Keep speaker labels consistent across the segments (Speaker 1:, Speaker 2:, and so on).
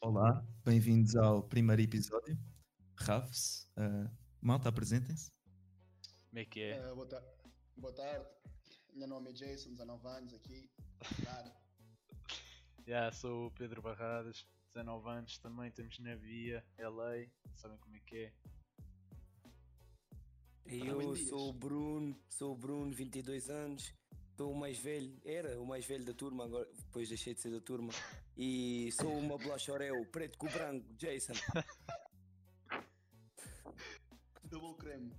Speaker 1: Olá, bem-vindos ao primeiro episódio. Raves, ah, malta, apresentem-se.
Speaker 2: Como é que é?
Speaker 3: É, boa, ta- boa tarde, meu nome é Jason, 19 anos aqui. Claro.
Speaker 2: Já sou o Pedro Barradas, 19 anos também, estamos na via, LA, sabem como é que é?
Speaker 4: E
Speaker 3: Parabéns,
Speaker 4: Eu
Speaker 3: Dias.
Speaker 4: sou o Bruno, sou o Bruno, 22 anos, sou o mais velho, era o mais velho da turma, agora depois deixei de ser da turma. E sou uma bolacha Oreo, preto com branco, Jason.
Speaker 3: Double creme.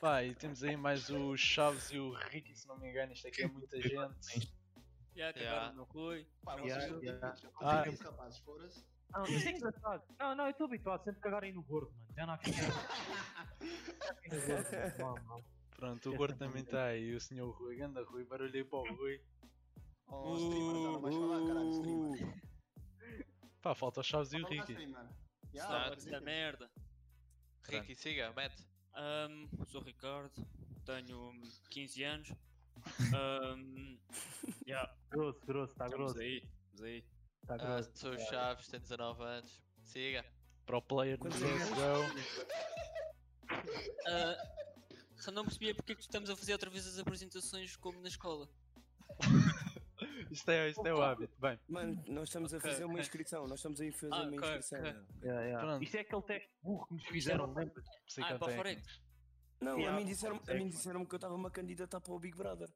Speaker 2: Pá, e temos aí mais o Chaves e o Ricky, se não me engano, isto aqui é muita gente.
Speaker 5: Já acabaram no Rui.
Speaker 3: Pá,
Speaker 1: Yeah,
Speaker 3: vocês
Speaker 1: yeah.
Speaker 3: não conseguem
Speaker 2: Ah,
Speaker 3: capazes, foram-se.
Speaker 6: Não, mas é engraçado. Não, não, eu estou habituado sempre cagarem no gordo, mano. Já não há quem cague no gordo, mano. Mal, mal.
Speaker 2: Pronto, o Gordo também está aí, o senhor Rui, ganda Rui, barulhei para o Rui.
Speaker 3: Oh, uh. streamer, já não vais falar, caralho, streamer.
Speaker 2: Pá, falta o Chaves e o
Speaker 3: Fala lá,
Speaker 2: Ricky.
Speaker 3: streamer. Yeah,
Speaker 5: Sabe
Speaker 3: apresentem-se.
Speaker 5: essa merda.
Speaker 7: Ricky, siga, mete.
Speaker 5: Ahm, sou o Ricardo, tenho hum, 15 anos. Ahm, já,
Speaker 6: Grosso,
Speaker 2: É
Speaker 6: grosso, está
Speaker 5: estamos
Speaker 6: grosso.
Speaker 5: aí, estamos aí.
Speaker 6: Está
Speaker 7: Ah,
Speaker 6: grosso.
Speaker 7: sou o Chaves, tenho 19 anos. Siga.
Speaker 2: Para o player do
Speaker 4: Quantos
Speaker 2: CSGO.
Speaker 5: Ah, só não percebia porque é que estamos a fazer outra vez as apresentações como na escola.
Speaker 2: Isto é, isto é o hábito.
Speaker 5: Ah,
Speaker 2: Bem,
Speaker 4: Mano, nós estamos a
Speaker 5: Ok,
Speaker 4: fazer uma
Speaker 5: ok.
Speaker 4: inscrição, nós estamos a fazer
Speaker 5: Ah,
Speaker 4: uma
Speaker 5: ok,
Speaker 4: inscrição.
Speaker 5: ok.
Speaker 4: não.
Speaker 6: Yeah, yeah.
Speaker 2: Pronto.
Speaker 6: Isto é aquele teste burro que nos fizeram, lembra?
Speaker 5: Ah, para o Forex.
Speaker 2: psicotécnicos.
Speaker 4: Não,
Speaker 6: Yeah.
Speaker 4: a mim disseram- a
Speaker 6: É
Speaker 4: mim disseram-me
Speaker 6: que-
Speaker 4: que eu estava-me a candidatar para o Big Brother.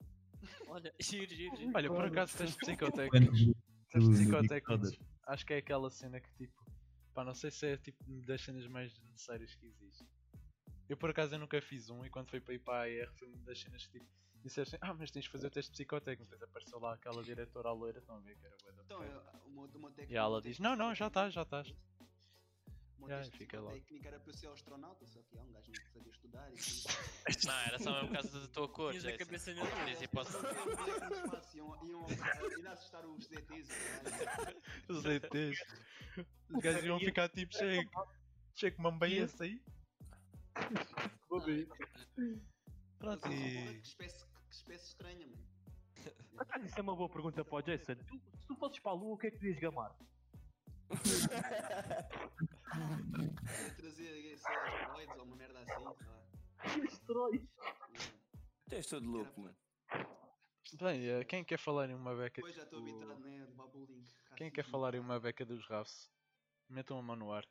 Speaker 5: Olha, giro, giro, giro.
Speaker 2: Olha, por acaso tens psicotécnicos. Sabes, psicotécnicos,
Speaker 1: Psicotécnicos.
Speaker 2: acho que é aquela cena que tipo, pá, não sei se é tipo das cenas mais desnecessárias que existe. Eu por acaso eu nunca fiz um e quando fui para ir para a AR foi uma das cenas que tipo, disseste ah, mas tens de fazer o teste psicotécnico. Depois apareceu lá aquela diretora à loira, estão a ver que era boa da
Speaker 3: Então,
Speaker 2: porra.
Speaker 3: eu- uma, uma técnica.
Speaker 2: E ela diz, não, não, já estás, já
Speaker 3: é
Speaker 2: estás.
Speaker 3: Uma
Speaker 2: Yeah,
Speaker 3: técnica-
Speaker 2: fica
Speaker 3: uma
Speaker 2: lá.
Speaker 3: técnica era para eu ser astronauta, só que é um gajo não sabia estudar. E
Speaker 7: Não, era só mesmo por causa da tua cor,
Speaker 5: Tinhas a
Speaker 7: Jason.
Speaker 5: cabeça na
Speaker 7: Tinhas hipótese.
Speaker 3: é Iam, iam, iam assustar os ZTs. caralho.
Speaker 2: Os ETs. Os gajos iam ficar tipo, chega, chega, mamãe esse aí. Vou ver. Pronto, e...
Speaker 3: Que espécie, que espécie estranha, mano.
Speaker 6: Por acaso isso é uma boa pergunta para o Jason. Tu, se tu fosses para a lua, o que é que tu ias gamar?
Speaker 3: Queria trazer sei lá, asteroides ou uma merda assim, sei lá.
Speaker 4: Tu és todo louco, mano.
Speaker 2: Bem, eh, quem quer falar em uma beca
Speaker 3: Depois já estou
Speaker 2: tipo-
Speaker 3: habituado, né? Do Babulink.
Speaker 2: Quem é quer falar em uma beca dos Rafs? Metam a mão no ar.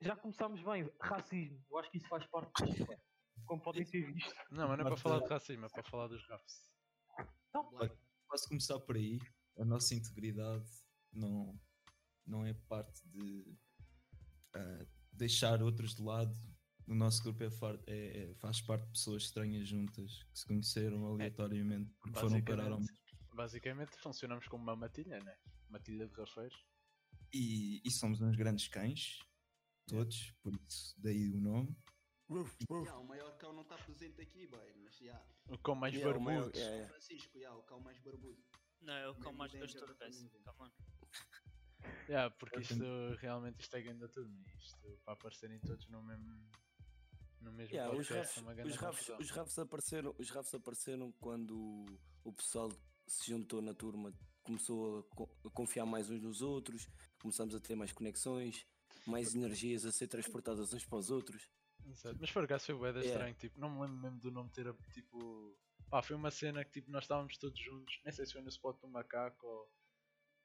Speaker 6: Já começámos bem. Racismo. Eu acho que isso faz parte do mano. Como podem ter visto.
Speaker 2: Não, mas não é para
Speaker 1: Basta-
Speaker 2: falar de racismo, é para falar dos Rafs.
Speaker 1: Posso começar por aí. A nossa integridade não, não é parte de ah, deixar outros de lado. O nosso grupo é far- é- é- faz parte de pessoas estranhas juntas que se conheceram aleatoriamente porque foram parar ao
Speaker 2: Basicamente, basicamente funcionamos como uma matilha, né? Matilha de rafeiros.
Speaker 1: E, e somos uns grandes cães, todos, por isso daí o nome.
Speaker 3: o maior cão não está presente aqui, boy, mas já.
Speaker 2: O cão mais
Speaker 4: Yeah, o meu- é-
Speaker 2: barbudo.
Speaker 4: yeah, yeah.
Speaker 3: Francisco, já, o cão mais barbudo.
Speaker 5: Não, é o cão
Speaker 3: Mesmo
Speaker 5: mais
Speaker 3: dentro da
Speaker 5: pastor desse.
Speaker 3: família.
Speaker 5: Come on.
Speaker 2: Yeah, porque
Speaker 1: Eu
Speaker 2: isto realmente isto é grande turma. Isto para aparecerem todos no mesmo. No mesmo
Speaker 4: Yeah, os
Speaker 2: podcast,
Speaker 4: rafs,
Speaker 2: é uma grande
Speaker 4: os, rafs,
Speaker 2: confusão.
Speaker 4: os rafs apareceram, os rafs apareceram quando o pessoal se juntou na turma, começou a, co- a confiar mais uns nos outros, começamos a ter mais conexões, mais energias a ser transportadas uns para os outros.
Speaker 2: Exato. Mas por acaso foi bué da
Speaker 4: Yeah.
Speaker 2: estranho, tipo, não me lembro mesmo do nome ter tipo. Pá, foi uma cena que tipo nós estávamos todos juntos, nem sei se foi no spot do macaco ou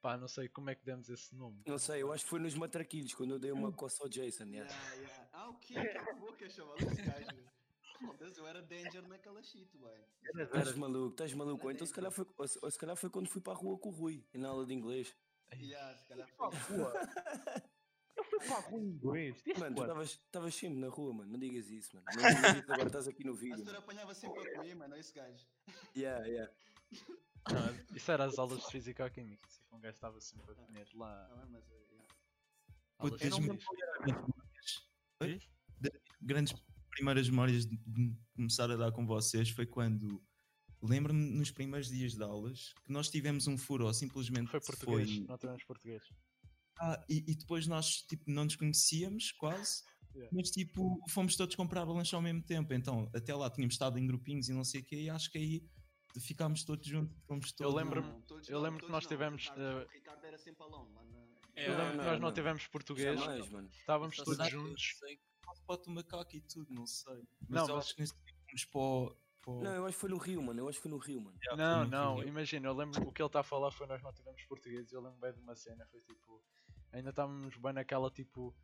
Speaker 2: pá, não sei como é que demos esse nome.
Speaker 4: Não sei, eu acho que foi nos matraquilhos quando eu dei
Speaker 2: Hum.
Speaker 4: uma coça ao Jason.
Speaker 3: Já,
Speaker 4: yeah.
Speaker 3: já. Ah, o quê? Cala a boca, chaval, esse gajo. Foda-se, eu era danger naquela shit, boy.
Speaker 4: Estás maluco, estás maluco. Ou então se calhar, foi, ou se- ou se calhar foi quando fui para a rua com o Rui, na aula de inglês.
Speaker 3: Já, se calhar
Speaker 6: Para a
Speaker 3: foi.
Speaker 6: rua. Eu fui para a rua em um inglês. Diz
Speaker 4: Mano, tu
Speaker 6: quando?
Speaker 4: estavas- estavas sempre na rua, mano. Não digas isso, mano. Não digas isso, agora estás aqui no
Speaker 3: A
Speaker 4: vídeo.
Speaker 3: senhora
Speaker 4: mano.
Speaker 3: apanhava sempre a comer, mano, esse gajo.
Speaker 4: Yeah, yeah.
Speaker 2: Não, isso era as aulas de física química, assim que um gajo estava sempre a comer lá.
Speaker 3: Não é, mas. eh, já.
Speaker 1: Puto,
Speaker 2: aulas de
Speaker 1: tens
Speaker 2: física.
Speaker 1: muito- Oi? Das grandes primeiras memórias de de começar a dar com vocês foi quando lembro-me nos primeiros dias de aulas que nós tivemos um furo ou simplesmente
Speaker 2: Foi português,
Speaker 1: foi-
Speaker 2: não tivemos português.
Speaker 1: Ah, e, e depois nós tipo não nos conhecíamos quase
Speaker 2: Yeah.
Speaker 1: mas tipo fomos todos comprar lanche ao mesmo tempo então até lá tínhamos estado em grupinhos e não sei o quê e acho que aí ficámos todos juntos fomos
Speaker 2: Eu
Speaker 1: todos-
Speaker 2: lembro-me-
Speaker 3: Não, todos
Speaker 2: eu
Speaker 3: não,
Speaker 2: lembro que
Speaker 3: todos
Speaker 2: nós
Speaker 3: não,
Speaker 2: tivemos,
Speaker 3: Ricardo,
Speaker 2: eh,
Speaker 3: Ricardo era sempre alone, mano.
Speaker 5: Yeah.
Speaker 2: Nós
Speaker 4: Não,
Speaker 2: nós É, não é
Speaker 4: não.
Speaker 2: tivemos português, então.
Speaker 4: Jamais, mano.
Speaker 2: estávamos
Speaker 5: Só
Speaker 2: todos
Speaker 1: sei-
Speaker 2: juntos.
Speaker 1: sei que pode o macaco e tudo, não sei. Mas
Speaker 2: Não,
Speaker 1: eu
Speaker 2: mas-
Speaker 1: acho que nesse dia fomos para o- para o-
Speaker 4: Não, eu acho que foi no Rio, mano. Eu acho que foi no Rio, mano.
Speaker 1: Yeah,
Speaker 2: Não,
Speaker 1: foi no
Speaker 2: não,
Speaker 1: Rio.
Speaker 2: imagina, eu lembro o que ele está a falar foi nós não tivemos português, eu lembro bem de uma cena, foi tipo, ainda estávamos bem naquela tipo,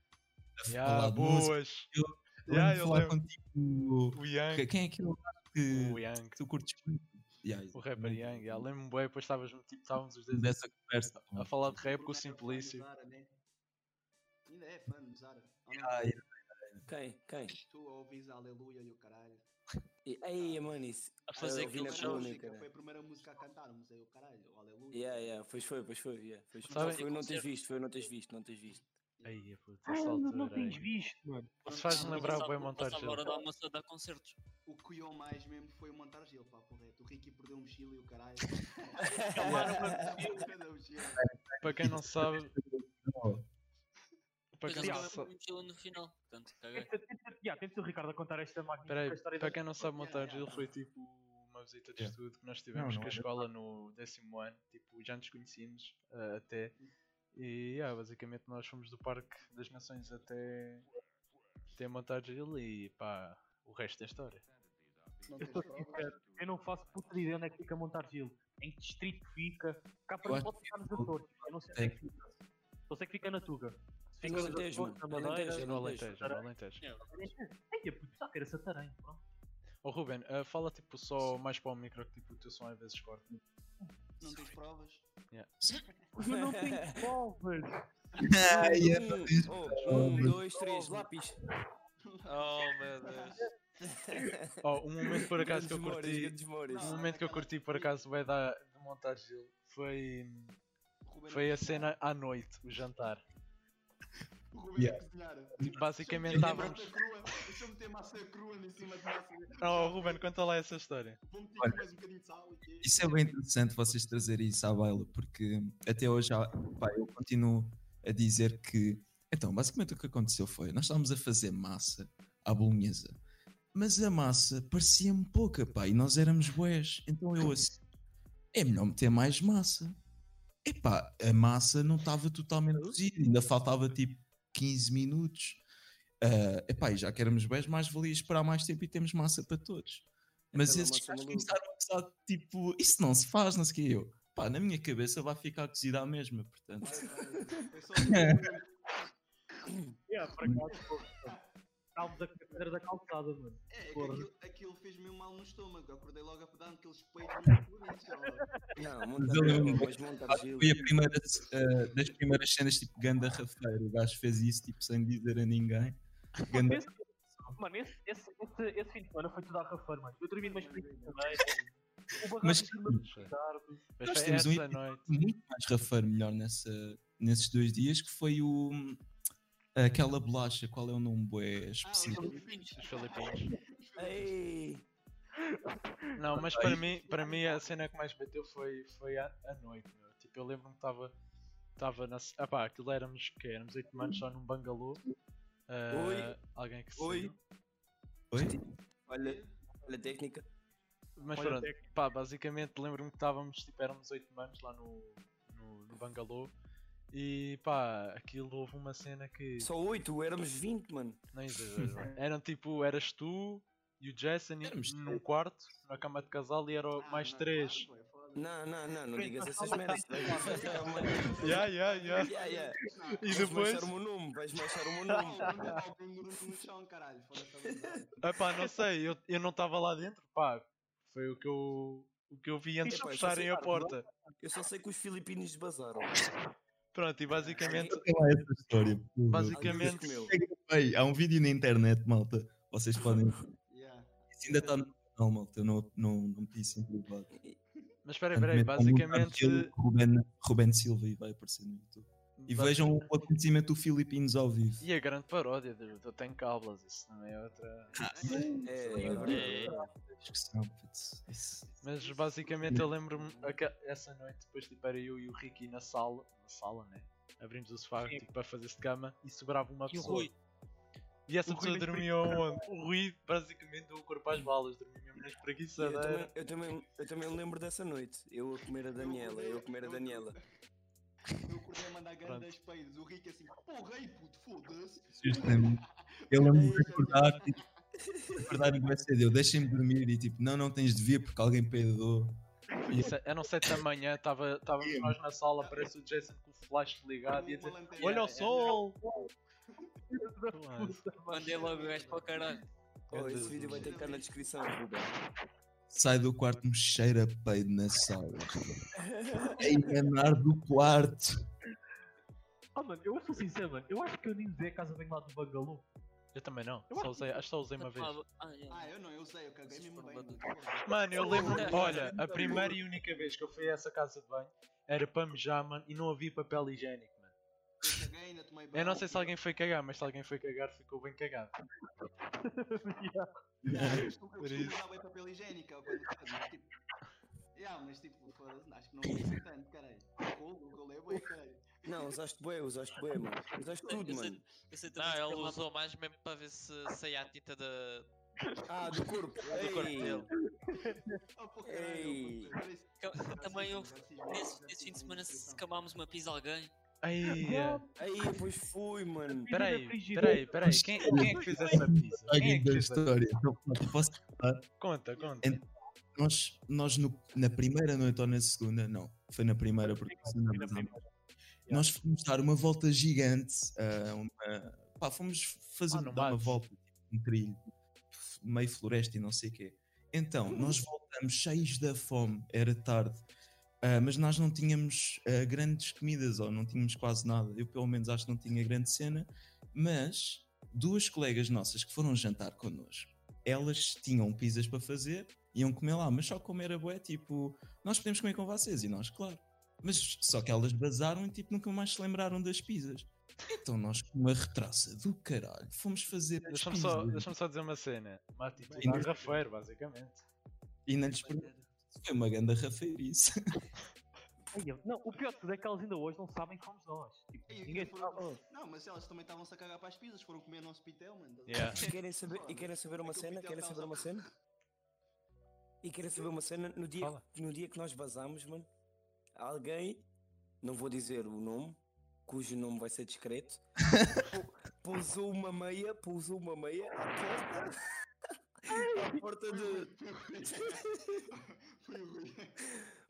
Speaker 1: A
Speaker 2: yeah,
Speaker 1: falar de música.
Speaker 2: boas,
Speaker 1: Eu- Eu
Speaker 2: yeah,
Speaker 1: lembro de
Speaker 2: eu
Speaker 1: falar
Speaker 2: lembro,
Speaker 1: contigo.
Speaker 2: o Yang,
Speaker 1: Que- Quem é aquele cara que
Speaker 2: o Yang,
Speaker 1: tu curtes muito? Yeah,
Speaker 2: o rapper
Speaker 1: exatamente.
Speaker 2: Yang, yeah, lembro-me bem, depois estávamos, tipo, estávamos os dois
Speaker 1: Dessa conversa.
Speaker 2: a falar de rap com o Simplício,
Speaker 3: né? Ainda é fã de Zara. Ou não?
Speaker 1: Ah, yeah.
Speaker 4: Quem? Quem?
Speaker 3: Tu ouvis a Aleluia e o caralho.
Speaker 4: E- Aí, mano, isso.
Speaker 7: É,
Speaker 5: A fazer
Speaker 4: eu vi
Speaker 5: aquele
Speaker 4: na
Speaker 5: show.
Speaker 4: coluna,
Speaker 3: música,
Speaker 4: cara.
Speaker 3: foi a primeira música a cantarmos aí o caralho, o Aleluia.
Speaker 4: Yeah, yeah, pois foi, pois foi. Yeah, pois foi.
Speaker 2: Sabem-
Speaker 4: Foi, não tens visto, foi, não tens visto, não tens visto.
Speaker 2: aí, puta,
Speaker 6: Ah,
Speaker 2: essa
Speaker 6: não, não
Speaker 2: altura,
Speaker 6: tens
Speaker 2: aí.
Speaker 6: visto, mano.
Speaker 2: Isso faz-me lembrar bem montagem.
Speaker 5: Passava a hora da almoço a dar concertos.
Speaker 3: O que eu mais mesmo foi o montar gelo, pá, correto. O Ricky perdeu um mochila e o caralho. Perdeu um mochila.
Speaker 2: Para quem não sabe,
Speaker 1: Não,
Speaker 2: para
Speaker 5: Depois
Speaker 2: quem não
Speaker 5: acabei
Speaker 2: sabe...
Speaker 5: por mochila no final. Portanto, caguei.
Speaker 6: Tenta- tenta- yeah, Tenta o Ricardo a contar esta magnífica
Speaker 2: Peraí,
Speaker 6: história.
Speaker 2: para
Speaker 6: da-
Speaker 2: quem não sabe,
Speaker 3: Yeah,
Speaker 2: montar
Speaker 3: yeah.
Speaker 2: gelo foi tipo uma visita de
Speaker 1: Yeah.
Speaker 2: estudo que nós tivemos
Speaker 1: não,
Speaker 2: com a
Speaker 1: é-
Speaker 2: escola no décimo ano, tipo, já nos conhecíamos ah, até. E yeah, basicamente nós fomos do Parque das Nações até, até montar gelo e pá, o resto da história.
Speaker 3: Não
Speaker 6: Eu
Speaker 3: tens
Speaker 6: estou
Speaker 3: provas?
Speaker 6: sincero, eu não faço puta ideia onde é que fica Montargil, em que distrito fica, cá
Speaker 1: Eu
Speaker 6: para
Speaker 1: acho
Speaker 6: pode
Speaker 1: que
Speaker 6: ficar nos
Speaker 1: fica-
Speaker 6: Açores, eu não sei onde é que fica. Só sei que fica na Tuga. Se
Speaker 4: É no
Speaker 6: fica nos
Speaker 4: Alentejo,
Speaker 6: Açores, na
Speaker 4: mano, é no
Speaker 6: Madeira,
Speaker 4: Alentejo, é
Speaker 2: No
Speaker 4: no
Speaker 2: Alentejo, no Alentejo.
Speaker 6: Ei, puto, só que era Santarém, pronto.
Speaker 2: Ô Ruben, ah, fala tipo só mais para o micro que tipo, o teu som às vezes corta.
Speaker 3: Não tens provas?
Speaker 6: Eu não tenho provas!
Speaker 2: Ah,
Speaker 4: Um, oh, um, dois, três, lápis.
Speaker 7: Oh meu Deus.
Speaker 2: Oh, um momento por acaso que eu
Speaker 4: Grandes memórias,
Speaker 2: curti,
Speaker 4: grandes memórias.
Speaker 2: um momento que eu curti por acaso vai dar de montar gelo foi.
Speaker 3: O Ruben
Speaker 2: Foi
Speaker 3: a
Speaker 2: a cena à noite, o jantar.
Speaker 3: O Ruben
Speaker 1: Yeah.
Speaker 3: a cozinhar.
Speaker 2: Basicamente um
Speaker 3: Deixa eu meter
Speaker 2: estávamos.
Speaker 3: massa crua, Deixa eu meter massa crua em cima de massa.
Speaker 2: Oh, Ruben, conta lá essa história.
Speaker 3: Vou meter
Speaker 1: Olha.
Speaker 3: aqui mais um bocadinho de sal e quê?
Speaker 1: Isso é bem interessante vocês trazerem isso à baila, porque até hoje há- pá, eu continuo a dizer que. Então, basicamente o que aconteceu foi: nós estávamos a fazer massa à bolonhesa, mas a massa parecia-me pouca, pá, e nós éramos boés. Então eu assim: é melhor meter mais massa. Epá, a massa não estava totalmente cozida, ainda faltava tipo 15 minutos. Ah, epá, e já que éramos boés, mais valia esperar mais tempo e temos massa para todos. Mas
Speaker 4: Aquela
Speaker 1: esses
Speaker 4: massa
Speaker 1: gajos
Speaker 4: maluca.
Speaker 1: começaram a pensar, tipo, isso não se faz, não sei o que eu. Pá, na minha cabeça vai ficar cozida a mesma, portanto.
Speaker 3: Eu só um lembro-
Speaker 6: Yeah, É, por acaso, pô, Estávamos a cadeira da calçada, mano.
Speaker 3: É, é que
Speaker 6: Porra.
Speaker 3: aquilo, aquilo fez-me um mal no estômago. Eu acordei logo a pedar aqueles peitos muito bonitos. ó.
Speaker 4: Não,
Speaker 1: eu
Speaker 4: Montargil,
Speaker 1: lembro-me.
Speaker 4: mas Montargil.
Speaker 1: Foi a primeira ah, das primeiras cenas, tipo, ganda rafeiro. O gajo fez isso, tipo, sem dizer a ninguém. Ganda-
Speaker 6: Esse- Mano, esse, esse, esse, esse fim de semana foi tudo à rafar, mano. Eu dormi numa experiência também. O barraco
Speaker 1: Mas-
Speaker 6: de cima do Ricardo.
Speaker 2: Mas
Speaker 1: Nós
Speaker 2: foi
Speaker 1: temos um
Speaker 2: essa
Speaker 1: episódio-
Speaker 2: noite.
Speaker 1: muito mais rafeiro melhor nessa, nesses dois dias, que foi o... hum, Aquela bolacha, qual é o nome bué
Speaker 3: Ah,
Speaker 1: específico?
Speaker 3: os filipinos.
Speaker 2: Os Filipinos.
Speaker 4: Ei,
Speaker 2: Não, mas para mim, para mim a cena que mais bateu foi, foi à, à noite, meu. Tipo, eu lembro-me que estava. Estava na. Ah pá, aquilo éramos que Éramos 8 manos só num bangalô. Ah,
Speaker 4: Oi.
Speaker 2: Alguém que se.
Speaker 4: Oi.
Speaker 2: saiu.
Speaker 4: olha, olha a técnica.
Speaker 2: Mas
Speaker 6: Olha,
Speaker 2: pronto, pá, basicamente lembro-me que estávamos, tipo, éramos 8 manos lá no, no, no bangalô. E pá, aquilo houve uma cena que.
Speaker 4: Só oito, éramos 20, mano.
Speaker 2: Não exagero. Eram tipo, eras tu e o Jason e-
Speaker 1: Éramos
Speaker 2: num
Speaker 1: três.
Speaker 2: quarto, na cama de casal, e eram
Speaker 3: Ah,
Speaker 2: mais
Speaker 3: mas
Speaker 2: três.
Speaker 3: claro, pô, é foda.
Speaker 4: Não, não, não, não digas essas merdas.
Speaker 2: Ya, ya, ya.
Speaker 4: Yeah, yeah.
Speaker 2: E
Speaker 4: Vais
Speaker 2: depois,
Speaker 4: manchar o meu nome, vais manchar o meu
Speaker 3: Não,
Speaker 4: nome.
Speaker 3: não, não, não, tem grupo no chão, caralho. Foda-se a verdade.
Speaker 2: epá, não sei, eu, eu não estava lá dentro, pá. Foi o que eu, o que eu vi antes de
Speaker 4: Epá, isso
Speaker 2: fecharem
Speaker 4: é
Speaker 2: a
Speaker 4: claro,
Speaker 2: porta.
Speaker 4: Eu só sei que os filipinos desbazaram.
Speaker 2: Pronto, e basicamente,
Speaker 1: Conta lá essa história, por favor.
Speaker 2: basicamente,
Speaker 4: Meu.
Speaker 1: Ei, há um vídeo na internet, malta. Vocês podem.
Speaker 3: Yeah.
Speaker 1: Isso ainda está no canal, malta. Eu não, não, não pedi isso em privado.
Speaker 2: mas espera, espera aí, basicamente,
Speaker 1: Ruben, Ruben Silva e vai aparecer no YouTube. E
Speaker 2: basi-
Speaker 1: vejam o acontecimento do Filipinos ao vivo.
Speaker 2: E a grande paródia do, do Tem Cablas, isso não é outra.
Speaker 4: É, é
Speaker 7: É.
Speaker 4: verdade.
Speaker 1: Discussão, putz, isso.
Speaker 2: Mas basicamente eu lembro-me aque- essa noite, depois tipo era eu e o Ricky na sala, na sala, né? Abrimos o sofá
Speaker 6: Sim.
Speaker 2: tipo, para fazer-se de cama e sobrava uma
Speaker 5: E o
Speaker 2: pessoa.
Speaker 5: Rui,
Speaker 2: E essa
Speaker 6: O Rui
Speaker 2: pessoa
Speaker 6: na
Speaker 2: dormia onde? O Rui basicamente deu o corpo às balas, dormia mesmo né? na
Speaker 4: Eu
Speaker 2: espreguiçadeira.
Speaker 4: também, eu, também, eu também lembro dessa noite. Eu a comer a Daniela, eu a comer a Daniela.
Speaker 3: Eu acordei a mandar grandes peidos. O Rick assim, porra aí, puto, foda-se.
Speaker 1: Justamente. Eu lembro-me de acordar, é tipo, acordar e cedo. Eu deixem-me dormir e tipo, não, não tens de vir porque alguém peidou.
Speaker 2: Isso, é, eram 7 da manhã, estávamos nós na sala, aparece o Jason com o flash ligado e a dizer:
Speaker 3: É,
Speaker 2: Olha o sol!
Speaker 5: Mandei logo o gajo para o caralho.
Speaker 4: Oh, esse vídeo vai ter cá na descrição, Ruben.
Speaker 1: Sai do quarto, me cheira a peido na sala. É enganar do quarto.
Speaker 6: Ah, mano, eu sou sincero, mano. Eu acho que eu nem usei a casa bem lá do Bangalô.
Speaker 2: Eu também não, só usei, acho que só usei uma vez.
Speaker 5: Ah, é.
Speaker 3: Ah, eu não, eu sei, eu caguei mesmo bem. mano.
Speaker 2: Mano, eu lembro, olha, a primeira e única vez que eu fui a essa casa de banho era para mejar, mano, e não havia papel higiênico, mano.
Speaker 3: Eu caguei, ainda tomei banho.
Speaker 2: Eu não sei se alguém foi cagar, mas se alguém foi cagar, ficou bem cagado.
Speaker 3: Yeah, eu costumo-
Speaker 2: Por
Speaker 3: eu costumo
Speaker 2: isso.
Speaker 3: usar bem papel higiênico, eu quando cago, mas tipo. Yeah, mas tipo, foda-se, acho que não vou ser tanto, caralho. Rolo, rolo é bem, caralho.
Speaker 4: Não, usaste bué, usaste bué, mano. Usaste tudo,
Speaker 5: Eu sei-
Speaker 4: mano.
Speaker 5: eu sei
Speaker 7: Não,
Speaker 5: também
Speaker 6: é
Speaker 5: que
Speaker 7: Ah, ele
Speaker 5: lá-
Speaker 7: usou mais mesmo para ver se saía a tinta da.
Speaker 4: Ah, do corpo.
Speaker 7: do corpo dele.
Speaker 3: Oh, pô, caralho,
Speaker 4: Ei.
Speaker 3: puto, parece-
Speaker 5: Ca- Também é eu,
Speaker 3: racismo,
Speaker 5: nesse,
Speaker 3: racismo,
Speaker 5: nesse fim de semana, se
Speaker 3: racismo.
Speaker 5: camámos uma pizza a alguém,
Speaker 2: Aí,
Speaker 4: Aí, pois fui, mano.
Speaker 2: peraí, peraí, peraí, quem, quem é que fez essa pizza? Quem é
Speaker 1: Alguém
Speaker 2: que
Speaker 1: da
Speaker 2: fez essa
Speaker 1: história. Então, pronto, posso-
Speaker 2: Conta, conta.
Speaker 1: Nós, nós no- na primeira noite ou na segunda, não, foi na primeira porque na segunda
Speaker 6: Foi na
Speaker 1: nós- nós fomos dar uma volta gigante, ah, uma- pá, fomos fazer
Speaker 2: Ah, no
Speaker 1: dar uma
Speaker 2: mato.
Speaker 1: volta, tipo, um trilho, f- meio floresta e não sei o quê. Então, nós voltamos cheios da fome, era tarde, ah, mas nós não tínhamos ah, grandes comidas ou não tínhamos quase nada. Eu pelo menos acho que não tinha grande cena, mas duas colegas nossas que foram jantar connosco, elas tinham pizzas para fazer, iam comer lá, mas só como era bué, tipo, nós podemos comer com vocês, e nós, claro. Mas só que elas bazaram e tipo, nunca mais se lembraram das pizzas. Então nós, com uma retraça do caralho, fomos fazer as
Speaker 2: Deixa-me
Speaker 1: pizzas
Speaker 2: só, deixa só dizer uma cena. Uma atitude de garrafeiro, basicamente.
Speaker 1: e não lhes perguntámos. Foi uma ganda rafeirice.
Speaker 6: Não, o pior de tudo é que elas ainda hoje não sabem que somos nós. Tipo,
Speaker 3: Ei,
Speaker 6: ninguém
Speaker 3: eu-
Speaker 6: sabe.
Speaker 3: Não, mas elas também estavam-se a cagar para as pizzas, foram comer no hospital, mano.
Speaker 2: Yeah.
Speaker 4: E querem saber, e querem saber uma
Speaker 3: Aquele
Speaker 4: cena?
Speaker 3: pitel
Speaker 4: Querem
Speaker 3: tá
Speaker 4: saber uma
Speaker 3: usado.
Speaker 4: cena? E querem saber uma cena? No dia,
Speaker 2: Fala.
Speaker 4: no dia que nós vazamos, mano, alguém, não vou dizer o nome, cujo nome vai ser discreto, pou- pousou uma meia, pousou uma meia à porta. à porta de.
Speaker 3: Foi o Rui. Foi o Rui.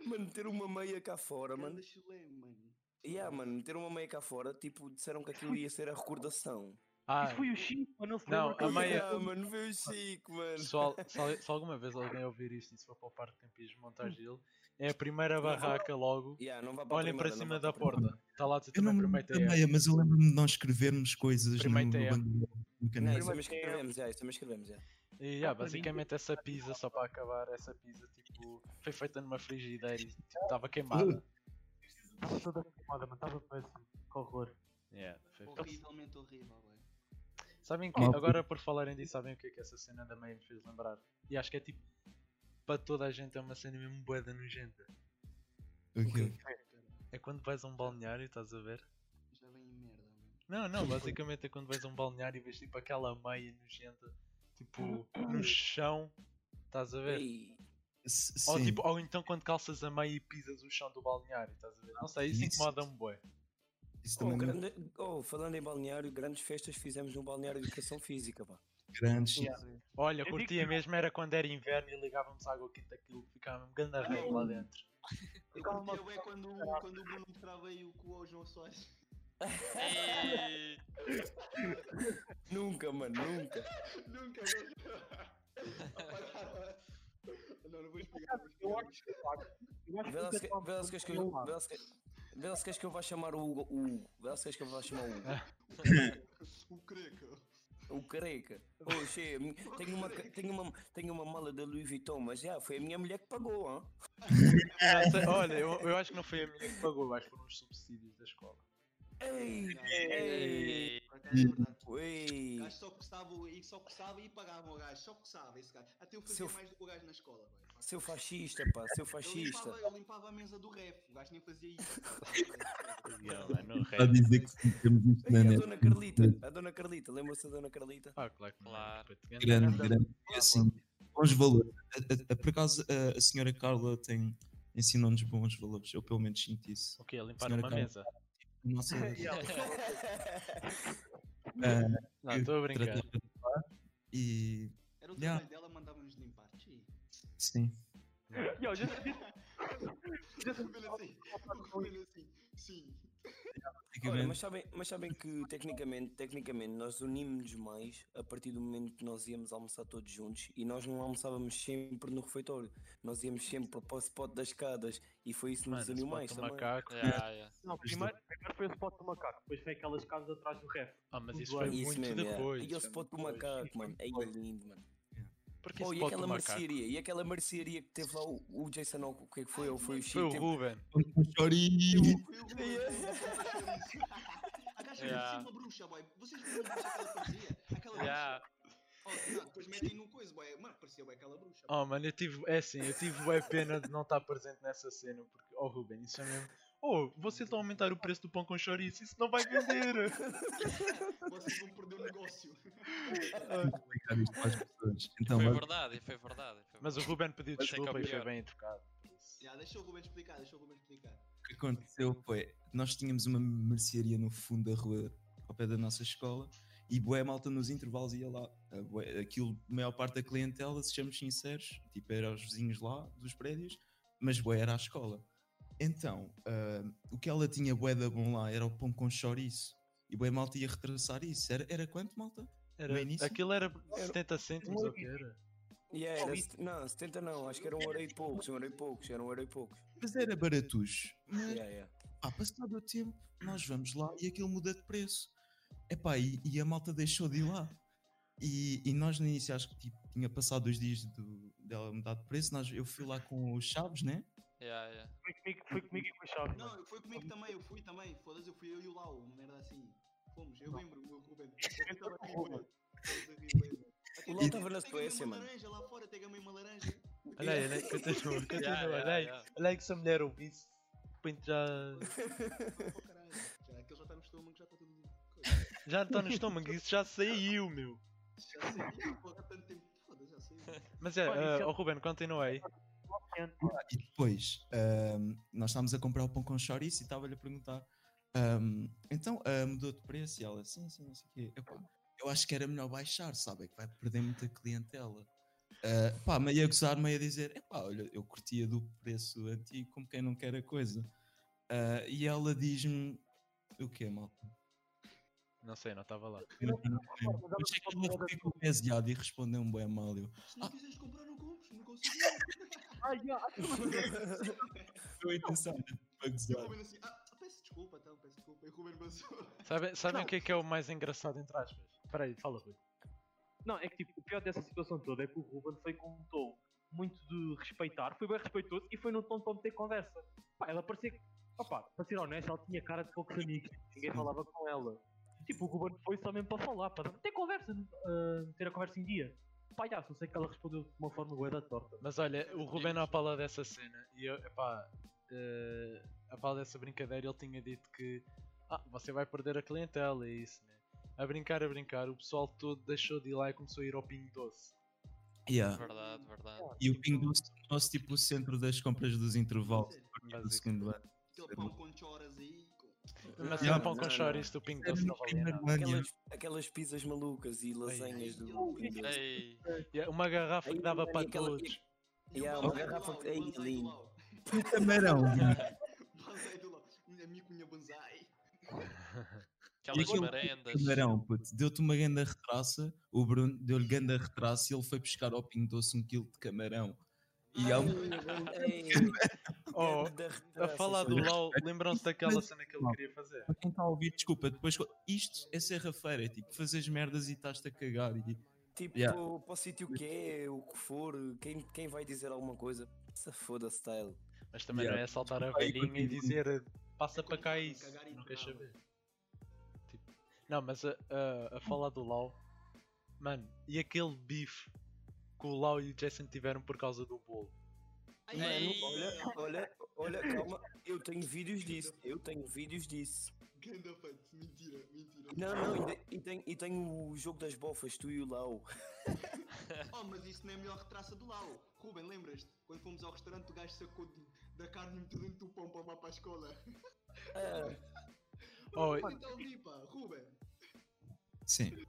Speaker 4: Mano, meter uma meia cá fora, mano.
Speaker 3: Grande chulé, mano.
Speaker 4: Yeah, mano, meter uma meia cá fora, tipo, disseram que aquilo ia ser a recordação.
Speaker 2: Ah,
Speaker 6: Isso foi o Chico, mas não se
Speaker 2: Não,
Speaker 6: lembra que
Speaker 2: a
Speaker 6: eu-
Speaker 2: meia-
Speaker 4: Ah, mano, veio o Chico, mano.
Speaker 2: pessoal, se, al- se alguma vez alguém ouvir isto e se for para o Parque de Campismo Montagil, é a primeira barraca logo.
Speaker 4: Yeah, não vá a
Speaker 2: Olhem para
Speaker 4: primeira, não
Speaker 2: cima
Speaker 4: vá
Speaker 2: da
Speaker 4: a primeira.
Speaker 2: porta. Está lá tu
Speaker 1: Eu não
Speaker 2: também,
Speaker 1: me lembro
Speaker 2: primeiro
Speaker 1: da
Speaker 2: TM.
Speaker 1: meia, mas eu lembro-me de nós escrevermos coisas no,
Speaker 2: Primeiro
Speaker 1: no
Speaker 2: TM.
Speaker 1: banco do
Speaker 4: Não,
Speaker 1: canal.
Speaker 4: isso também escrevemos, já, isso também escrevemos, já.
Speaker 2: E yeah,
Speaker 6: para mim-
Speaker 2: basicamente essa pizza, só para acabar, essa pizza tipo, foi feita numa frigideira e tipo, estava queimada.
Speaker 6: Estava toda queimada, mano. Estava péssimo. Que horror.
Speaker 2: Yeah, foi feita.
Speaker 3: Horrivelmente horrível, velho.
Speaker 2: Sabem que,
Speaker 1: Malta.
Speaker 2: agora por falarem disso, sabem o que é que essa cena da meia me fez lembrar? E acho que é tipo, para toda a gente é uma cena mesmo boeda nojenta.
Speaker 1: Ok.
Speaker 2: É quando vais a um balneário, estás a ver?
Speaker 3: Já vem merda, mano.
Speaker 2: Não, não, basicamente é quando vais a um balneário e vês tipo aquela meia nojenta, tipo, no chão, estás a ver?
Speaker 4: Ei,
Speaker 1: S-
Speaker 2: Ou,
Speaker 1: sim.
Speaker 2: tipo, ou então quando calças a meia e pisas o chão do balneário, estás a ver? Não sei, isso
Speaker 1: Isso.
Speaker 2: incomoda-me bué.
Speaker 1: Isso
Speaker 4: oh,
Speaker 1: também é não
Speaker 4: grande- oh, falando em balneário, grandes festas fizemos no balneário de educação física, pá.
Speaker 1: grandes.
Speaker 2: Olha,
Speaker 6: digo
Speaker 2: curtia mesmo era quando era inverno e ligávamos à água quente aquilo, ficava um grande arreio lá dentro.
Speaker 3: Eu
Speaker 6: Calma,
Speaker 3: curtia bué quando, quando o Bruno mostrava aí o cu ao João assim. Soares.
Speaker 7: Ei,
Speaker 4: Nunca, mano, nunca.
Speaker 3: Nunca, nunca. Não, não vou explicar.
Speaker 6: Eu acho que eu acho
Speaker 4: Vê lá
Speaker 6: que
Speaker 4: se
Speaker 2: é
Speaker 4: que- vê lá se queres que eu- vê lá se que- vê lá se queres que eu vá chamar o Hugo. o Hugo. Vê lá se queres que eu vá chamar o Hugo.
Speaker 3: O creca.
Speaker 4: O careca. Oh, che, a minha- tenho, uma, ca- tenho, uma, tenho uma mala da Louis Vuitton, mas já, foi a minha mulher que pagou, hã?
Speaker 2: Não sei, Olha, eu, eu acho que não foi a minha que pagou, eu acho que foram os subsídios da escola.
Speaker 4: Ei, ei,
Speaker 7: ei.
Speaker 3: Por acaso é verdade. O
Speaker 4: ei.
Speaker 3: gajo só coçava e só coçava e pagavam o gajo, só coçava esse gajo. Até eu fazia
Speaker 4: Seu-
Speaker 3: mais do que o gajo na escola, velho.
Speaker 4: Seu fascista, pá, seu
Speaker 3: Eu
Speaker 4: fascista.
Speaker 3: limpava, eu limpava a mesa do ref, o gajo nem fazia isso.
Speaker 1: Está a dizer que sim, temos isto na
Speaker 4: Ei, a
Speaker 1: net.
Speaker 4: dona Carlita, a dona Carlita, lembra-se da dona Carlita?
Speaker 2: Ah, claro que não.
Speaker 7: Claro.
Speaker 2: Puto,
Speaker 1: Grande, grande. É assim, bons valores. A- a- a- por acaso, a, a senhora Carla tem. ensinou-nos bons valores. Eu pelo menos sinto isso.
Speaker 2: O quê? Limpar
Speaker 1: Senhora
Speaker 2: uma
Speaker 1: Carla.
Speaker 2: mesa?
Speaker 1: A Nossa,
Speaker 2: Não, estou a brincar.
Speaker 1: tratava de limpar e
Speaker 3: Era o
Speaker 1: Yeah.
Speaker 3: trabalho dela, mandava-nos limpar. Sim.
Speaker 1: sim.
Speaker 6: Yo, já sabia
Speaker 3: O Ruben assim, o Ruben assim, sim.
Speaker 4: Ora,
Speaker 1: Praticamente,
Speaker 4: mas, sabem, mas sabem que tecnicamente, tecnicamente nós unimos-nos mais a partir do momento que nós íamos almoçar todos juntos e nós não almoçávamos sempre no refeitório, nós íamos sempre para o spot das escadas e foi isso que
Speaker 2: Mano,
Speaker 4: nos
Speaker 2: se
Speaker 4: uniu mais
Speaker 2: bota um
Speaker 4: também.
Speaker 2: macaco.
Speaker 7: Yeah, yeah.
Speaker 6: Não, primeiro, primeiro foi o spot do macaco, depois foi aquelas casas atrás do ref.
Speaker 2: Ah, mas
Speaker 6: Tudo
Speaker 2: isso foi
Speaker 6: bem.
Speaker 4: Isso
Speaker 2: muito
Speaker 4: mesmo, é.
Speaker 2: depois.
Speaker 4: e o
Speaker 2: foi
Speaker 4: spot do
Speaker 2: muito depois.
Speaker 4: macaco, mano, aí é lindo, mano.
Speaker 2: Porque
Speaker 4: Oh,
Speaker 2: esse
Speaker 4: e
Speaker 2: spot do
Speaker 4: aquela
Speaker 2: macaco?
Speaker 4: mercearia, e aquela mercearia que teve lá o, o Jason, ou o que é que foi? Ou foi o
Speaker 2: Foi o
Speaker 4: Chico?
Speaker 2: Ruben.
Speaker 1: um chorinho.
Speaker 3: Foi o Ruben. assim. A gaja yeah.
Speaker 7: Yeah.
Speaker 3: parecia uma bruxa, boy. Vocês viram a bruxa que ela parecia? Aquela
Speaker 7: Yeah.
Speaker 3: bruxa. Oh, não, depois metem no coisa, boy. Mano, parecia boy, aquela bruxa.
Speaker 2: Oh, mano, eu tive. É assim, eu tive bué pena de não estar presente nessa cena. Porque, oh, Ruben, isso é mesmo. Oh, vocês estão a aumentar o preço do pão com chouriço, isso não vai vender!
Speaker 3: Vocês vão perder o negócio.
Speaker 1: Explicar isto para as pessoas. Então,
Speaker 7: Foi
Speaker 1: mas-
Speaker 7: verdade, e foi verdade. e foi
Speaker 2: Mas o
Speaker 7: verdade.
Speaker 2: Ruben pediu
Speaker 7: Mas é que é o
Speaker 2: desculpa e foi
Speaker 7: pior.
Speaker 2: bem educado. por isso.
Speaker 3: Já, deixa o Ruben explicar, deixa o Ruben explicar.
Speaker 1: o que aconteceu foi, nós tínhamos uma mercearia no fundo da rua, ao pé da nossa escola, e bué malta nos intervalos ia lá. A bué- Aquilo, a maior parte da clientela, sejamos sinceros, tipo, era os vizinhos lá dos prédios, mas bué era a escola. Então, ah, o que ela tinha bué da bom lá era o pão com chouriço. E bué malta ia retraçar isso. Era, era quanto, malta?
Speaker 2: Era-
Speaker 1: No início?
Speaker 2: aquilo era 70 cêntimos
Speaker 6: Era-
Speaker 2: ou o que era?
Speaker 4: Yeah, era set- não, 70 não, acho que era um euro e poucos, um euro e poucos, era um euro e poucos.
Speaker 1: Mas era baratucho. Mas
Speaker 4: Yeah, yeah.
Speaker 1: Pá, passado o tempo, nós vamos lá e aquilo muda de preço. Epá, e, e a malta deixou de ir lá. E, e nós no início, acho que tipo, tinha passado dois dias do, dela mudar de preço, nós, eu fui lá com os Chaves, né?
Speaker 7: Yeah, yeah.
Speaker 6: Foi comigo, foi comigo e com o Chaves.
Speaker 3: Não, eu fui comigo também, eu fui também. Foda-se, eu fui eu e o Lau, uma merda assim. Fomos, eu lembro, o Ruben. Eu estava a rir, bué. Estava a rir, bué. Até-
Speaker 4: O Lau estava na
Speaker 3: até ganhei
Speaker 4: Suécia,
Speaker 3: uma
Speaker 4: mano.
Speaker 3: laranja lá fora, até ganhei uma laranja.
Speaker 2: Olha aí, olha aí, continua, continua,
Speaker 7: Yeah, yeah,
Speaker 2: olha aí.
Speaker 7: yeah.
Speaker 2: Olha aí que se a mulher ouvisse, de repente já.
Speaker 3: Oh, caralho. Já, aquele já está no estômago, já está tudo. coisa.
Speaker 2: Já está no estômago, isso já saiu, meu.
Speaker 3: Já sei, porra, há tanto tempo. Foda-se, já sei.
Speaker 2: Mas é,
Speaker 6: Olha, isso
Speaker 2: ah,
Speaker 6: é-
Speaker 2: oh, Ruben, continua aí.
Speaker 1: E depois, ahm, nós estávamos a comprar o pão com chouriço e estava-lhe a perguntar: ahm, então ah, mudou de preço? E ela, sim, sim, não sei o quê. Epá, eu acho que era melhor baixar, sabe? É que vai perder muita clientela. Ah, pá, meio a gozar, meio a dizer: epá, olha, eu curtia do preço antigo, como quem não quer a coisa. Ah, e ela diz-me: o quê, malta?
Speaker 2: Não sei, não estava lá.
Speaker 1: Eu achei que ela ficou meseado e respondeu-me bem mal. Eu,
Speaker 3: Se
Speaker 4: Ah.
Speaker 3: não quiseres comprar, não compres, não consigo.
Speaker 6: Ah, yeah,
Speaker 3: é
Speaker 1: eu atenção, para
Speaker 3: E o
Speaker 1: gozar.
Speaker 3: Ruben assim, ah, peço desculpa, então, peço desculpa. E o Ruben passou.
Speaker 2: Sabem sabem
Speaker 6: Não.
Speaker 2: o que é que é o mais engraçado, entre aspas? Espera aí, fala, Rui.
Speaker 6: Não, é que tipo, o pior dessa situação toda é que o Ruben foi com um tom muito de respeitar, foi bem respeitoso e foi num tom para meter conversa. Pá, ela parecia que, opá, para ser honesto, ela tinha cara de poucos amigos, ninguém falava com ela. Tipo, o Ruben foi só mesmo para falar, para ter conversa, ah, ter a conversa em dia. Pá, já, só sei que ela respondeu de uma forma bué da torta.
Speaker 2: Mas olha, o Ruben não fala dessa cena e eu, epá, eh, a falar dessa brincadeira ele tinha dito que ah, você vai perder a clientela, é isso, né? A brincar, a brincar, o pessoal todo deixou de ir lá e começou a ir ao Pingo Doce.
Speaker 1: Yeah.
Speaker 7: Verdade, verdade.
Speaker 1: E o Pingo Doce tornou-se tipo o centro das compras dos intervalos
Speaker 3: Sério,
Speaker 1: do segundo ano.
Speaker 3: Aquele pão com choras aí. com-
Speaker 2: Mas
Speaker 1: Não,
Speaker 2: o pão
Speaker 4: não,
Speaker 2: com
Speaker 4: não.
Speaker 2: chouriço do Pingo
Speaker 1: Era
Speaker 2: Doce
Speaker 1: no
Speaker 2: não valia
Speaker 1: primeiro
Speaker 2: nada.
Speaker 1: ano.
Speaker 4: Aquelas, aquelas pizzas malucas e lasanhas do. do-
Speaker 7: Ei,
Speaker 2: E Uma garrafa que
Speaker 4: Aí,
Speaker 2: dava
Speaker 4: mano,
Speaker 2: para
Speaker 4: aquela-
Speaker 2: todos.
Speaker 3: E o
Speaker 4: Yeah,
Speaker 3: banzai
Speaker 4: uma
Speaker 3: do
Speaker 4: garrafa
Speaker 3: Lau,
Speaker 4: que- Ei,
Speaker 3: o banzai do
Speaker 4: lindo.
Speaker 3: Lau.
Speaker 1: Um camarão.
Speaker 3: Banzai do Lau. Minha amigo, minha banzai.
Speaker 7: aquelas
Speaker 1: aquele-
Speaker 7: merendas.
Speaker 1: camarão, puto. Deu-te uma ganda retraça, o Bruno deu-lhe ganda retraça e ele foi buscar ao Pingo Doce um quilo de camarão. E há um...
Speaker 4: Ei,
Speaker 2: Oh,
Speaker 4: grande
Speaker 2: a
Speaker 4: retraça,
Speaker 2: falar do
Speaker 4: sabe?
Speaker 1: é
Speaker 2: LOL, lembram-se daquela cena que ele queria fazer?
Speaker 1: Para quem está a ouvir, desculpa, depois... co- Isto é serra-feira, é tipo, fazes merdas e estás-te a cagar. E...
Speaker 4: Tipo,
Speaker 1: Yeah.
Speaker 4: para o sítio que é, o que for, quem, quem vai dizer alguma coisa, se foda style.
Speaker 2: Mas também
Speaker 1: Yeah.
Speaker 2: não é saltar a
Speaker 1: Aí,
Speaker 2: velhinha e
Speaker 1: continua.
Speaker 2: dizer passa
Speaker 3: É
Speaker 2: para
Speaker 3: como
Speaker 2: cá
Speaker 3: fazem,
Speaker 2: isso,
Speaker 3: cagar e
Speaker 2: não queres
Speaker 3: tornar,
Speaker 2: saber. Tipo, não, mas a, a, a falar do Lau, mano, e aquele bife que o Lau e o Jason tiveram por causa do bolo.
Speaker 3: Ai,
Speaker 4: Mano,
Speaker 7: Ei.
Speaker 4: É, olha, olha, olha, calma, eu tenho vídeos disso, eu tenho vídeos disso.
Speaker 3: Ganda fat, mentira, mentira.
Speaker 4: Não, não, e, e tenho, e tenho o jogo das bofas, tu e o Lau.
Speaker 3: Oh, mas isso não é a melhor retraça do Lau. Ruben, lembras-te? Quando fomos ao restaurante, o gajo sacou de, da carne metida dentro do pão para lá para a escola.
Speaker 4: Ah.
Speaker 2: Oh,
Speaker 3: Mano, então vi, pá, Ruben.
Speaker 1: Sim.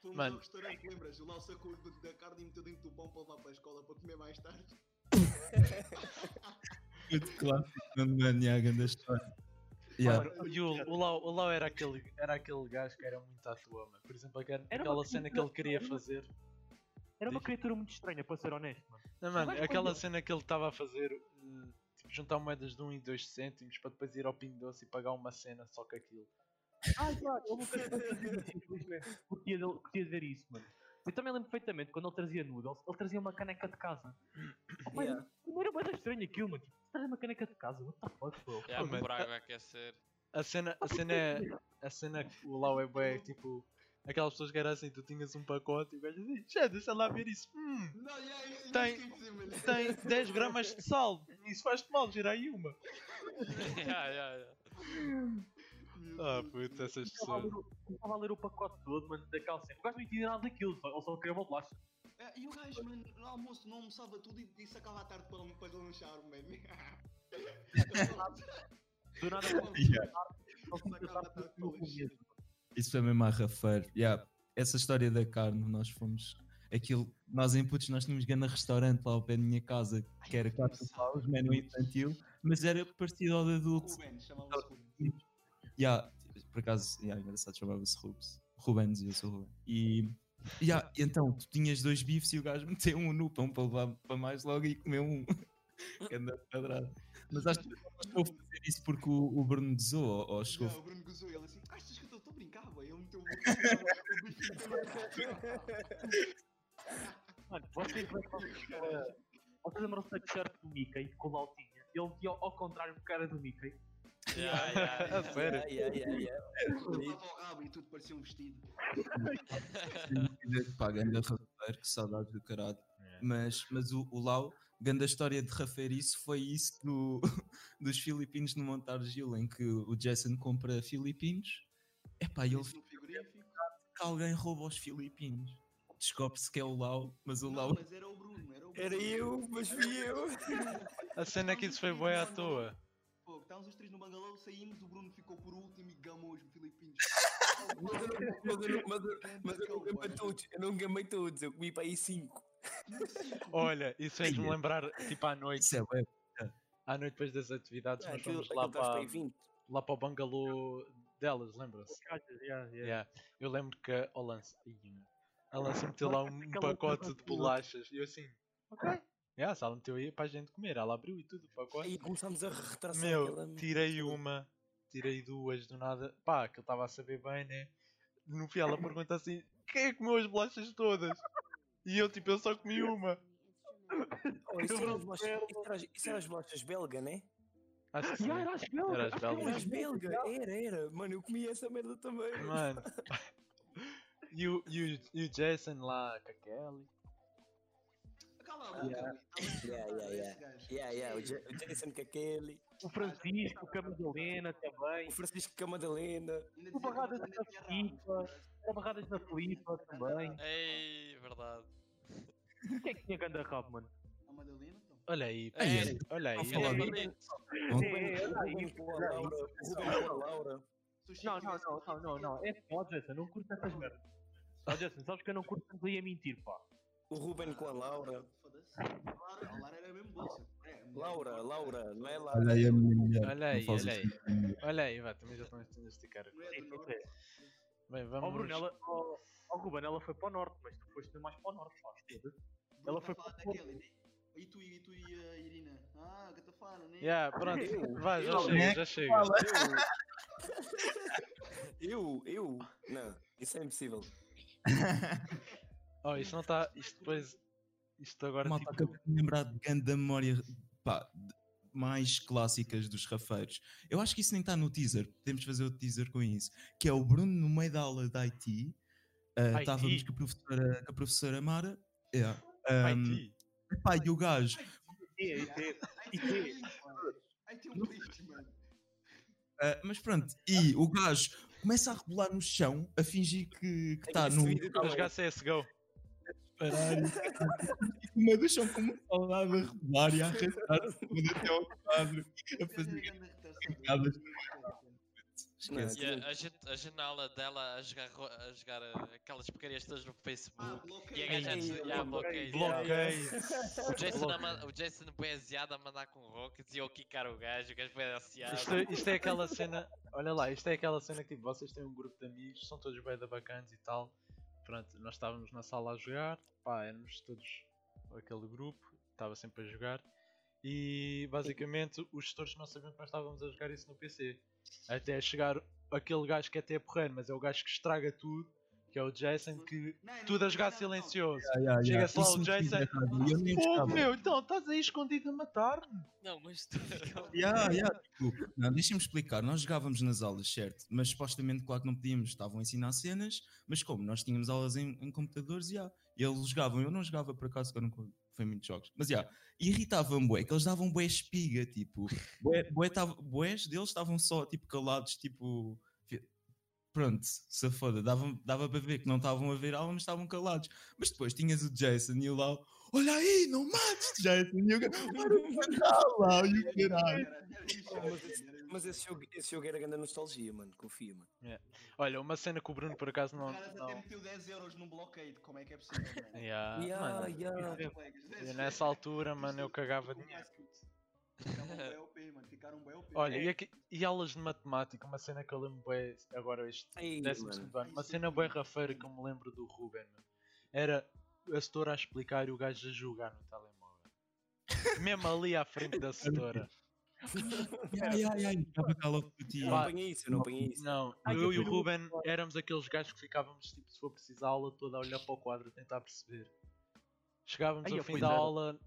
Speaker 3: Fomos
Speaker 2: Mano.
Speaker 3: ao restaurante, lembras? O Lau sacou de- da carne e meteu dentro do pão para levar para a escola para comer mais tarde.
Speaker 1: Muito clássico, quando maniaga da história. Yeah.
Speaker 2: Mano, e o, o, Lau, o Lau era aquele, era aquele gajo que era muito à tua, mano. Por exemplo, aquela,
Speaker 6: Era uma
Speaker 2: aquela cena que ele
Speaker 6: criatura-
Speaker 2: queria
Speaker 6: era uma-
Speaker 2: fazer.
Speaker 6: Era uma
Speaker 2: Diz.
Speaker 6: criatura muito estranha, para ser honesto, é? mano.
Speaker 2: Não, mano,
Speaker 6: Mas
Speaker 2: aquela
Speaker 6: quando-
Speaker 2: cena que ele estava a fazer, eh, tipo, juntar moedas de 1 e 2 cêntimos para depois ir ao Pingo Doce e pagar uma cena só com aquilo.
Speaker 6: Ah, claro, eu nunca infelizmente. Curtia, dele- curtia de ver isso, mano. Eu também lembro perfeitamente quando ele trazia noodles, ele trazia uma caneca de casa. Opa,
Speaker 4: Yeah.
Speaker 6: Não era mais estranho aquilo, mano. Tipo, traz uma caneca de casa, what the fuck, bro?
Speaker 7: Já,
Speaker 2: mano.
Speaker 7: para É a água aquecer.
Speaker 2: A cena, a cena é. A cena que o Lau é bué, é tipo. Aquelas pessoas que era assim, tu tinhas um pacote e o gajo assim, já deixa lá ver isso. Hum,
Speaker 3: Não, já, eu- eu
Speaker 2: Tem-
Speaker 3: esqueci, mano.
Speaker 2: tem 10 gramas de sal, isso faz-te mal, gira aí uma.
Speaker 7: Já, já, já.
Speaker 3: Meu
Speaker 2: Ah,
Speaker 3: Deus,
Speaker 2: puta,
Speaker 3: meu
Speaker 2: essas
Speaker 4: é
Speaker 6: Eu estava a
Speaker 2: pessoas.
Speaker 6: ler o- eu estava a ler o pacote todo, mano, da calça. O gajo não entendia nada daquilo, só, ele só queria uma bolacha.
Speaker 3: É, e o gajo, mano, no almoço não almoçava tudo e, e sacava à tarde para, para lanchar, mano.
Speaker 6: Do nada, ele
Speaker 1: Yeah.
Speaker 6: começou a dar
Speaker 3: tá
Speaker 6: tudo no começo.
Speaker 1: Isso foi mesmo arrafeiro. Yeah. Essa história da carne, nós fomos. Aquilo, nós em putos, nós tínhamos grande restaurante lá ao pé da minha casa, que era 4 paus, menu infantil, mas era parecido ao de adulto.
Speaker 3: Ruben, chamava-se Ruben.
Speaker 1: Yeah, por acaso, yeah, engraçado, chamava-se Rubens. Rubens, e eu sou Ruben. E yeah, então, tu tinhas dois bifes e o gajo meteu um no pão para levar para mais logo e comeu um. Ganda pedrada. Mas acho que não estou a fazer isso porque o, o Bruno desou ou, ou
Speaker 3: Já,
Speaker 1: chegou.
Speaker 3: o Bruno gozou, ele assim, achas que eu estou a brincar, boy? Ele meteu o o bicho no teu
Speaker 6: Mano, vocês lembram-se vocês lembram-se da t-shirt do Mickey que o Lau tinha? Ele via ao contrário porque era do Mickey.
Speaker 7: Já,
Speaker 4: Ah,
Speaker 7: já, já.
Speaker 2: A sério.
Speaker 4: Yeah, yeah, yeah.
Speaker 3: Levava ao rabo e tudo parecia um vestido.
Speaker 1: Pá, ganda rafeiro, que saudades do caralho. Mas, mas o, o Lau, grande história de rafeiro, isso foi isso do, dos filipinos no Montar Gil, em que o Jason compra filipinos. Epá, e ele
Speaker 3: Isso no um frigorífico.
Speaker 1: que alguém rouba os filipinos. Descobre-se que é o Lau, mas o
Speaker 3: Não,
Speaker 1: Lau.
Speaker 3: mas era o Bruno, era o Bruno.
Speaker 4: Era eu, mas fui eu.
Speaker 2: A cena é que isso foi bué à toa.
Speaker 3: Pô, estávamos os três no bangalô, saímos, o Bruno ficou por último e gamou os filipinos.
Speaker 4: Mas eu não- mas eu não- mas eu- Mas eu não gamei todos, eu não gamei todos, eu comi para aí 5.
Speaker 2: Olha, isso fez-me
Speaker 1: Ia.
Speaker 2: lembrar, tipo à noite,
Speaker 1: Isso é bué.
Speaker 2: à noite depois das atividades, nós
Speaker 4: É, Aquilo
Speaker 2: fomos Então
Speaker 4: aquilo
Speaker 2: lá
Speaker 4: estás para
Speaker 2: para,
Speaker 4: aí 20.
Speaker 2: lá para o bangalô delas, lembra-se? Yeah. Eu lembro que a Lance. A Lance meteu lá um
Speaker 6: Aquela
Speaker 2: pacote
Speaker 6: outra
Speaker 2: de
Speaker 6: coisa.
Speaker 2: bolachas e eu assim, ok. Yeah, se ela meteu aí para a gente comer, ela abriu e tudo o pacote.
Speaker 4: Aí começámos a é retraçar aquela
Speaker 2: Meu,
Speaker 4: merda.
Speaker 2: tirei uma, tirei duas do nada. Pá, que ele estava a saber bem, né? No fim ela pergunta assim: quem é que comeu as bolachas todas? E eu, tipo, eu só comi uma.
Speaker 4: Oh, isso, era as bolachas, isso, era, as- isso era as bolachas belga, né?
Speaker 2: Acho que sim.
Speaker 6: Yeah, era as belgas.
Speaker 2: Era as
Speaker 6: acho que eram
Speaker 2: belgas.
Speaker 4: Era as belga, era, era. Mano, eu comi essa merda também.
Speaker 2: Mano. E o, e, o, e o Jason lá com a Kelly.
Speaker 3: Cala a boca, Tá
Speaker 4: Yeah.
Speaker 3: mano, estávamos
Speaker 4: Yeah,
Speaker 3: sentados,
Speaker 4: yeah,
Speaker 3: esse gajo.
Speaker 4: Yeah, yeah, o, Ja- o Jason com aquele,
Speaker 6: O Francisco, o Camadalena também.
Speaker 4: o Francisco com a Madalena.
Speaker 3: Ainda
Speaker 6: O
Speaker 3: dizia que
Speaker 6: Barradas
Speaker 3: ainda
Speaker 6: da
Speaker 3: tinha
Speaker 6: FIFA.
Speaker 3: rabo.
Speaker 6: Era barradas na Filipa também.
Speaker 7: Ei, verdade.
Speaker 6: O que é que tinha ganda rabo, mano?
Speaker 3: A Madalena, então.
Speaker 2: Olha aí,
Speaker 4: É,
Speaker 2: pá,
Speaker 7: Ei,
Speaker 2: olha
Speaker 4: Tá
Speaker 2: aí.
Speaker 7: não
Speaker 1: falar
Speaker 7: falei
Speaker 1: aí.
Speaker 7: é bonito.
Speaker 1: Bom.
Speaker 6: É,
Speaker 4: O
Speaker 6: é, olha aí.
Speaker 4: Ruben com a Laura. O Ruben com a Laura.
Speaker 3: Sushi
Speaker 6: Não, não,
Speaker 3: tivesse
Speaker 6: não, não,
Speaker 3: comido
Speaker 6: não, não. É só, Jason, não curto essas merdas. Só, Jason, sabes que eu não curto tanto aí a mentir, pá.
Speaker 4: O Ruben com a Laura.
Speaker 3: Foda-se. Laura, a Laura era mesmo bolsa. É,
Speaker 4: Laura, Laura, não é Laura.
Speaker 1: Olha aí a minha mulher.
Speaker 2: Olha
Speaker 1: não
Speaker 2: aí,
Speaker 1: faz
Speaker 2: olha
Speaker 1: isso comigo.
Speaker 2: Olha aí, vá, também já estão a esticar.
Speaker 3: Não é
Speaker 6: Sim,
Speaker 3: do
Speaker 6: sim,
Speaker 3: norte.
Speaker 2: Bem,
Speaker 6: Ó,
Speaker 2: vamos.
Speaker 6: Bruno, ela. Ó, ó, Ruben, ela foi para o norte, mas tu foste mais para o norte, pá.
Speaker 3: Bruno
Speaker 6: Ela
Speaker 3: tá
Speaker 6: foi
Speaker 3: falando
Speaker 6: pro-
Speaker 3: daquela, né? E tu, e tu e a Irina? Ah, que eu tô falando, né?
Speaker 2: Yeah, pronto, vá, já
Speaker 4: Eu,
Speaker 2: chega,
Speaker 1: né?
Speaker 2: já chega.
Speaker 4: Eu, eu. Não, isso é impossível.
Speaker 2: Oh, isso não está. Isto depois. Isto agora
Speaker 1: Malta,
Speaker 2: tipo.
Speaker 1: acabei de me lembrar de grande memória pá, de- mais clássicas dos rafeiros. Eu acho que isso nem está no teaser. Podemos fazer o teaser com isso. Que é o Bruno no meio da aula de IT. ah,
Speaker 2: IT?
Speaker 1: Estávamos com, a professora- com a professora Mara. Yeah.
Speaker 2: Vai
Speaker 1: Um,
Speaker 2: ti.
Speaker 1: epá, e o gajo
Speaker 6: É,
Speaker 3: Aí tem um blitz, mano. Aí tem um blitz, mano.
Speaker 1: Uh, mas pronto, e o gajo começa a rebolar no chão, a fingir que está
Speaker 4: esse
Speaker 1: no.
Speaker 4: vídeo
Speaker 2: Vamos jogar CSGO.
Speaker 1: parar. E uma do chão como um soldado a revelar e a arrastar-se todo até ao quadro, a fazer gargalhadas. Esquece.
Speaker 7: E a, a gente, a janela dela a jogar, ro- a jogar eh, aquelas porcarias todas no
Speaker 3: Ah,
Speaker 7: Facebook. E a
Speaker 3: bloqueio.
Speaker 7: gaja a dizer, "Ah, "Ya, bloqueio, ya, ya."
Speaker 2: Bloqueio.
Speaker 7: O Jason, a ma- o Jason boiaseado a mandar com rockets e eu a quicar o gajo, o gajo
Speaker 2: Isto,
Speaker 7: boiaseado.
Speaker 2: isto é aquela cena, olha lá, isto é aquela cena que tipo, vocês têm um grupo de amigos, são todos bem da bacanas e tal. Pronto, nós estávamos na sala a jogar, pá, éramos todos aquele grupo, estava sempre a jogar. E basicamente os gestores não sabiam que nós estávamos a jogar isso no PC. Até chegar aquele gajo que é até porreiro, mas é o gajo que estraga tudo, que é o Jason, que tudo a jogar silencioso.
Speaker 1: Ah, yeah, yeah.
Speaker 2: Chega-se lá
Speaker 1: Isso
Speaker 2: o
Speaker 1: me
Speaker 2: Jason-
Speaker 1: fiz errado, e eu nem
Speaker 2: Pô,
Speaker 1: gostava.
Speaker 2: meu, então estás aí escondido a matar-me.
Speaker 5: Não, mas tu.
Speaker 1: Yeah, yeah, tipo, não, deixa-me explicar. Nós jogávamos nas aulas, certo? Mas supostamente, claro que não podíamos, estavam a ensinar cenas, mas como nós tínhamos aulas em, em computadores, yeah, eles jogavam. Eu não jogava por acaso, que eu nunca foi muitos jogos, mas yeah, irritava-me, bué, que eles davam bué espiga, tipo, bué, bué tava, bués deles estavam só, tipo, calados, tipo, fi- pronto, se foda, dava, dava para ver que não estavam a ver aula, mas estavam calados. Mas depois tinhas o Jason e o Lau, olha aí, não mates, Jason, e o gajo, "Para, Lau, e o caralho.
Speaker 4: Mas esse jogo, esse jogo era grande nostalgia, mano. Confia, mano.
Speaker 2: Olha, uma cena que o Bruno por acaso não.
Speaker 3: O cara até
Speaker 2: não...
Speaker 3: meteu 10 euros num bloqueio, como é que é possível? mano?
Speaker 7: Ah,
Speaker 2: Yeah,
Speaker 4: Yeah,
Speaker 2: mano.
Speaker 4: yeah.
Speaker 7: É.
Speaker 2: eu- eu nessa altura, mano, eu cagava de mim.
Speaker 3: Ficaram um bem OP, mano. Ficaram um bem OP.
Speaker 2: Olha, e, aqui- e aulas de matemática, uma cena que eu lembro bem agora este
Speaker 7: é
Speaker 4: Ei,
Speaker 2: décimo
Speaker 4: mano.
Speaker 2: segundo ano, uma cena bem rafeira que eu me lembro do Ruben, mano. Era a setora a explicar e o gajo a jogar no telemóvel. Mesmo ali à frente da setora.
Speaker 1: Ai, ai, ai, estava cá logo por ti.
Speaker 4: Eu não apanhei isso, eu não apanhei isso.
Speaker 2: Não,
Speaker 6: Ai,
Speaker 2: eu
Speaker 6: eu
Speaker 2: e o
Speaker 6: fui o
Speaker 2: Ruben éramos aqueles gajos que ficávamos, tipo, se for preciso, a aula toda a olhar para o quadro a tentar perceber. Chegávamos
Speaker 6: Ai,
Speaker 2: ao
Speaker 6: eu
Speaker 2: fim
Speaker 6: fui
Speaker 2: da
Speaker 6: zero.
Speaker 2: aula,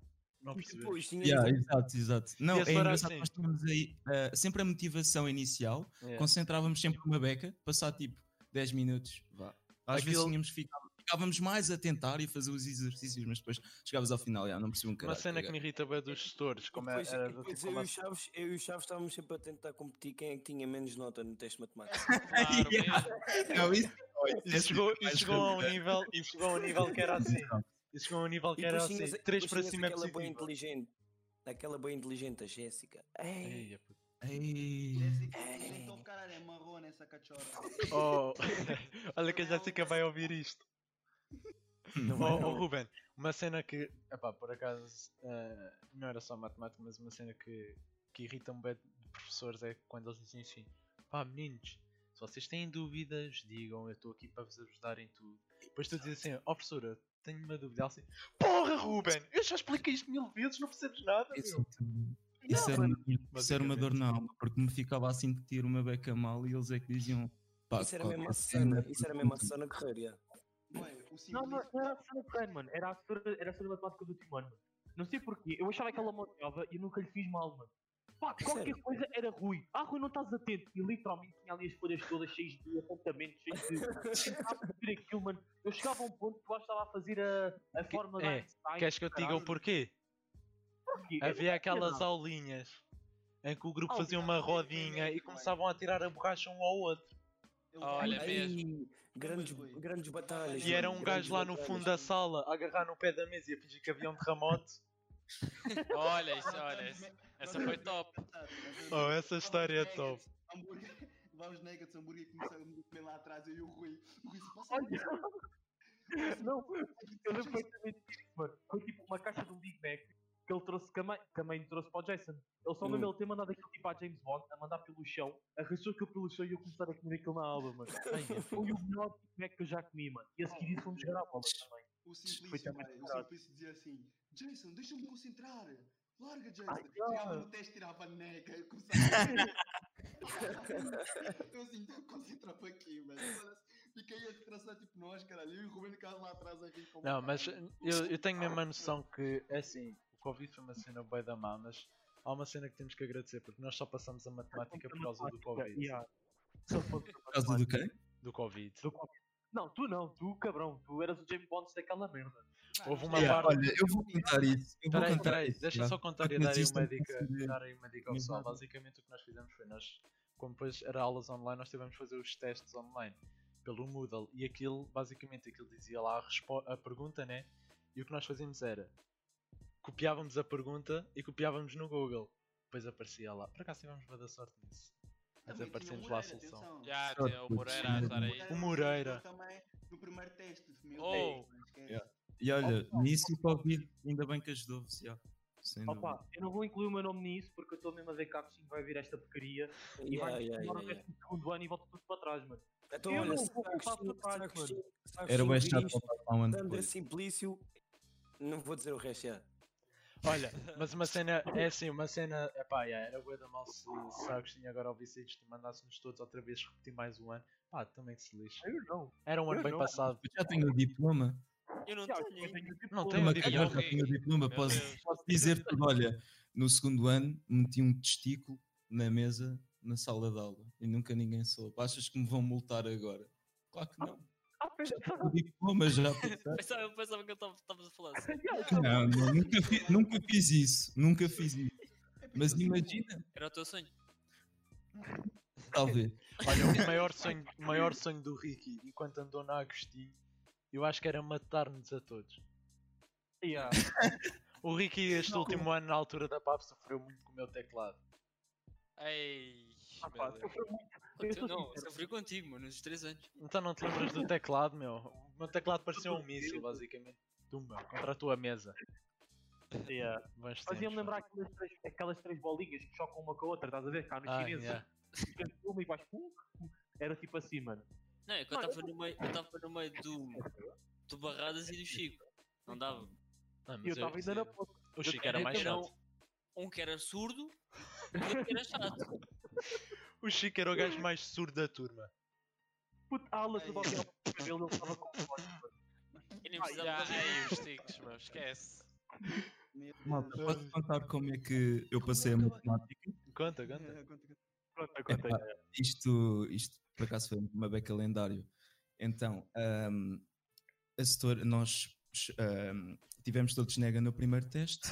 Speaker 2: não
Speaker 4: E
Speaker 2: percebemos.
Speaker 4: depois tinha.
Speaker 1: Yeah, exato, exato. Não,
Speaker 2: E
Speaker 1: é
Speaker 2: esse era
Speaker 1: engraçado,
Speaker 2: assim.
Speaker 1: nós tínhamos aí eh, sempre a motivação inicial,
Speaker 2: É.
Speaker 1: concentrávamos sempre uma beca, passar tipo 10 minutos, vá. Às vezes
Speaker 2: Aquilo-
Speaker 1: tínhamos ficado, ficávamos mais a tentar e a fazer os exercícios, mas depois chegavas ao final, já, não percebi um
Speaker 2: Uma
Speaker 1: caralho.
Speaker 2: cena que me irrita bem dos gestores,
Speaker 4: Como
Speaker 2: como é, era do
Speaker 4: depois
Speaker 2: tipo,
Speaker 4: eu,
Speaker 2: uma-
Speaker 4: e o Chaves, eu e o Chaves estávamos sempre a tentar competir quem é que tinha menos nota no teste de matemática.
Speaker 7: Claro, mesmo.
Speaker 1: Não, isso, é
Speaker 2: isso chegou, isso
Speaker 1: mais
Speaker 2: chegou a um
Speaker 1: rápido.
Speaker 2: nível, isso chegou a um nível que era assim. Isso chegou a um nível
Speaker 4: E
Speaker 2: que era
Speaker 4: depois
Speaker 2: assim.
Speaker 4: tinhas-
Speaker 2: 3
Speaker 4: depois
Speaker 2: para
Speaker 4: tinhas
Speaker 2: cima é
Speaker 4: aquela bem
Speaker 2: positivo.
Speaker 4: inteligente. Aquela bem inteligente, a Jéssica. Ei,
Speaker 2: Eia, puto.
Speaker 1: Ei,
Speaker 3: Jéssica, Jéssica, o caralho, é marrona essa cachorra.
Speaker 2: Oh, olha que a Jéssica vai ouvir isto.
Speaker 1: não
Speaker 2: Oh,
Speaker 1: vai.
Speaker 2: oh, Ruben, uma cena que, epá, por acaso, eh, não era só matemática, mas uma cena que, que irrita-me bem de professores é quando eles dizem assim: pá, meninos, se vocês têm dúvidas, digam, eu estou aqui para vos ajudar em tudo. Depois tu dizes assim: ó professora, tenho uma dúvida. Ela assim: porra, Ruben, eu já expliquei isto mil vezes, não percebes nada, meu.
Speaker 1: Isso, é isso é era uma, isso era uma dor na
Speaker 2: basicamente.
Speaker 1: alma, porque me ficava assim de tirar uma beca mal e eles é que diziam. Pá,
Speaker 4: isso era
Speaker 1: qualquer
Speaker 2: é
Speaker 4: mesmo a
Speaker 1: cena, é
Speaker 4: Susana. Isso era mesmo a Susana Correia.
Speaker 3: Mano, o
Speaker 6: Não, não,
Speaker 3: simplista.
Speaker 6: não era a Susana Ferreira, mano. Era a Susana, era a Susana Matemática do último ano, mano. Não sei porquê. Eu achava que ela me odiava e eu nunca lhe fiz mal, mano. Pá, qualquer
Speaker 4: Sério?
Speaker 6: coisa era ruim. Ah, Rui, não estás atento. E literalmente tinha ali as folhas todas cheias de apontamentos, cheias de. Tentava fazer aquilo, mano. Eu chegava a um ponto que eu estava a fazer a, a
Speaker 2: Que-
Speaker 6: fórmula
Speaker 2: é,
Speaker 6: da Einstein.
Speaker 2: Queres que eu te diga o
Speaker 6: caralho.
Speaker 2: porquê?
Speaker 6: Porquê? Eu
Speaker 2: Havia
Speaker 6: nunca
Speaker 2: aquelas
Speaker 6: tinha nada.
Speaker 2: aulinhas em que o grupo
Speaker 6: Ah,
Speaker 2: fazia
Speaker 3: obrigado,
Speaker 2: uma
Speaker 3: bem, bem,
Speaker 2: rodinha
Speaker 3: bem,
Speaker 2: e
Speaker 3: bem.
Speaker 2: começavam a tirar a borracha um ao outro.
Speaker 3: Eu-
Speaker 7: Olha,
Speaker 3: Ai,
Speaker 7: mesmo.
Speaker 4: Ei, grandes,
Speaker 3: Rui.
Speaker 4: grandes batalhas.
Speaker 2: E era um
Speaker 4: mano,
Speaker 2: gajo lá no
Speaker 4: grandes
Speaker 2: fundo da
Speaker 4: batalhas.
Speaker 2: sala a agarrar no pé da mesa e a fingir que havia um terremoto.
Speaker 7: Olha isso,
Speaker 3: nós
Speaker 7: olha
Speaker 3: estamos
Speaker 7: isso.
Speaker 3: me- nós
Speaker 7: Essa
Speaker 3: estamos
Speaker 7: foi
Speaker 3: bem
Speaker 7: top.
Speaker 3: tratados, nós estamos
Speaker 2: Oh,
Speaker 3: bem-
Speaker 2: essa
Speaker 3: Vamos
Speaker 2: história é
Speaker 3: nuggets,
Speaker 2: top.
Speaker 3: hambúrguer- Vamos nuggets, hambúrguer, começamos a comer lá atrás, eu e o Rui. O Rui se passa
Speaker 6: Olha. Não, eu lembro perfeitamente disso, mano. Foi tipo uma caixa de um Big Mac que ele trouxe, que a mãe, que a mãe trouxe para o Jason. Ele
Speaker 2: Hum.
Speaker 6: só lembra ele ter mandado aquilo tipo à James Bond, a mandar pelo chão, arrastou aquilo pelo chão e eu começar a comer aquilo na aula, mano. Foi o melhor Big Mac que eu já comi, mano. E a seguir isso fomos jogar a bola também.
Speaker 3: O
Speaker 6: Foi
Speaker 3: Simplício,
Speaker 6: também
Speaker 3: mano, o
Speaker 6: verdade.
Speaker 3: Simplício dizia assim: Jason, deixa-me concentrar. Larga, Jason. Tipo,
Speaker 6: Ai,
Speaker 3: Chegava
Speaker 6: ah.
Speaker 3: no teste, tirava a neca. Eu começava- Eu assim, então concentra para aqui, mano. Fiquei a traçar tipo nós, caralho. Eu e o Ruben ficava lá atrás a rir. como
Speaker 2: Não, mas
Speaker 3: caralho.
Speaker 2: eu, eu tenho mesmo a noção que, é assim, o Covid foi uma cena bem da má, mas há uma cena que temos que agradecer porque nós só passamos a matemática por causa do Covid.
Speaker 6: Yeah. Se ele fosse
Speaker 1: Por causa do quê?
Speaker 2: Do Covid.
Speaker 6: do Covid. Não, tu não, tu cabrão, tu eras o James Bond daquela merda.
Speaker 2: Houve uma
Speaker 1: Yeah,
Speaker 2: parte.
Speaker 1: Olha, eu vou contar isso. Eu vou
Speaker 2: Peraí,
Speaker 1: contar
Speaker 2: peraí,
Speaker 1: isso,
Speaker 2: deixa
Speaker 1: já.
Speaker 2: só contar e
Speaker 1: Mas
Speaker 2: dar aí
Speaker 1: isto
Speaker 2: uma
Speaker 1: não um
Speaker 2: dica,
Speaker 1: considero-
Speaker 2: dar aí uma dica ao pessoal.
Speaker 1: Exato.
Speaker 2: Basicamente o que nós fizemos foi nós, como depois era aulas online, nós tivemos de fazer os testes online pelo Moodle e aquilo, basicamente aquilo dizia lá a, respo- a pergunta, né? E o que nós fazíamos era copiávamos a pergunta e copiávamos no Google. Depois aparecia lá. Por acaso tivemos boa da sorte nisso. Mas
Speaker 3: Também
Speaker 2: aparecemos
Speaker 3: tinha
Speaker 2: lá
Speaker 3: o
Speaker 2: a
Speaker 3: Moreira,
Speaker 2: solução.
Speaker 3: atenção.
Speaker 7: Já,
Speaker 1: Sorte,
Speaker 7: o Moreira a estar aí.
Speaker 2: O Moreira.
Speaker 3: Também no primeiro teste. Meu
Speaker 7: Oh.
Speaker 3: Deus, não esquece.
Speaker 1: Yeah. E olha, nisso o Covid ainda bem que ajudou-vos. já. Sem dúvida.
Speaker 6: Opa, eu não vou incluir o meu nome nisso porque eu estou mesmo a ver que a Agostinho vai vir esta porcaria e
Speaker 4: Yeah,
Speaker 6: vai
Speaker 4: yeah,
Speaker 6: demorar
Speaker 4: yeah, yeah.
Speaker 6: o segundo ano e volta tudo para trás, mano.
Speaker 4: Então,
Speaker 6: Eu
Speaker 4: olha,
Speaker 6: não
Speaker 4: se
Speaker 6: vou
Speaker 4: o Agostinho-
Speaker 6: voltar
Speaker 4: se o
Speaker 6: para trás,
Speaker 4: Agostinho- se o
Speaker 1: Era bem
Speaker 4: Agostinho vir
Speaker 1: chato
Speaker 4: isto,
Speaker 1: para passar um ano
Speaker 4: Sandra
Speaker 1: depois.
Speaker 4: Simplício, não vou dizer o resto já.
Speaker 2: Olha, mas uma cena, é assim, uma cena, epá, yeah, era bué da mal se, se a Agostinho agora ouvisse isto e mandasse-nos todos outra vez repetir mais um ano. Pá, também que se lixe.
Speaker 6: Eu não.
Speaker 2: Era um ano
Speaker 6: Eu
Speaker 2: bem
Speaker 6: não.
Speaker 2: passado.
Speaker 1: Eu já tenho o diploma.
Speaker 5: Eu não
Speaker 6: Tiago,
Speaker 5: tenho.
Speaker 6: eu tenho tipo
Speaker 2: Não
Speaker 6: um-
Speaker 2: tem-
Speaker 1: Uma
Speaker 2: digo,
Speaker 1: cagada,
Speaker 5: ok.
Speaker 1: tenho o diploma.
Speaker 5: Meu
Speaker 1: Posso,
Speaker 5: Deus.
Speaker 1: posso dizer tudo. Olha, no segundo ano meti um testículo na mesa na sala de aula e nunca ninguém soube. Achas que me vão multar agora? Claro que não.
Speaker 6: Ah, pois
Speaker 1: Já
Speaker 6: é,
Speaker 1: tenho o diploma já.
Speaker 5: Eu pensava, eu pensava que eu estava a falar. assim.
Speaker 1: Não, não, nunca, fi- nunca fiz isso. Nunca fiz isso.
Speaker 3: É por
Speaker 1: Mas
Speaker 3: isso que eu digo,
Speaker 1: imagina,
Speaker 5: Era o teu sonho.
Speaker 1: talvez.
Speaker 2: Olha, o maior sonho, o maior sonho do Ricky enquanto andou na Agostinho, eu acho que era matar-nos a todos.
Speaker 6: yeah.
Speaker 2: O Ricky este último ano na altura da PAP sofreu muito com o meu teclado.
Speaker 7: Ei,
Speaker 6: Ah, pá,
Speaker 7: meu Deus.
Speaker 6: sofreu muito. Eu sou
Speaker 5: Contigo, não,
Speaker 6: sincero.
Speaker 5: sofri contigo, mano, nos três anos.
Speaker 2: Então não te lembras do teclado, meu? O meu teclado parecia um míssil, basicamente. Tumba, contra a tua mesa.
Speaker 6: Yeah.
Speaker 2: Bons tempos,
Speaker 6: Fazia-me
Speaker 2: mano.
Speaker 6: lembrar aquelas três, aquelas três bolinhas que chocam uma com a outra, estás a ver? Cá nos
Speaker 2: Ah,
Speaker 6: chineses,
Speaker 2: yeah.
Speaker 6: ficas uma e vais pum, pum. Era tipo assim, mano.
Speaker 5: Não, é que eu estava no meio, eu estava no meio do, do Barradas e do Chico. Não dava.
Speaker 2: Ah, mas
Speaker 6: E eu estava ainda na ponta. Então,
Speaker 2: O Chico era mais
Speaker 5: Era um-
Speaker 2: chato.
Speaker 5: Um que era surdo e outro que era chato.
Speaker 2: O Chico era o gajo mais surdo da turma.
Speaker 6: Puta, a aula
Speaker 3: Ai.
Speaker 6: toda ao final do cabelo, ele estava com fome, mano.
Speaker 5: Eu nem
Speaker 7: Ai, já,
Speaker 5: precisava de
Speaker 7: ei, os ticos, meu, esquece.
Speaker 3: meu Deus.
Speaker 1: Malta, posso contar como é que eu passei a matemática?
Speaker 2: Conta, conta.
Speaker 3: É, conta, conta.
Speaker 6: Pronto, conta
Speaker 1: Epá, isto, isto por acaso foi uma beca lendário. Então, ahm, a setor, nós ahm, tivemos todos nega no primeiro teste,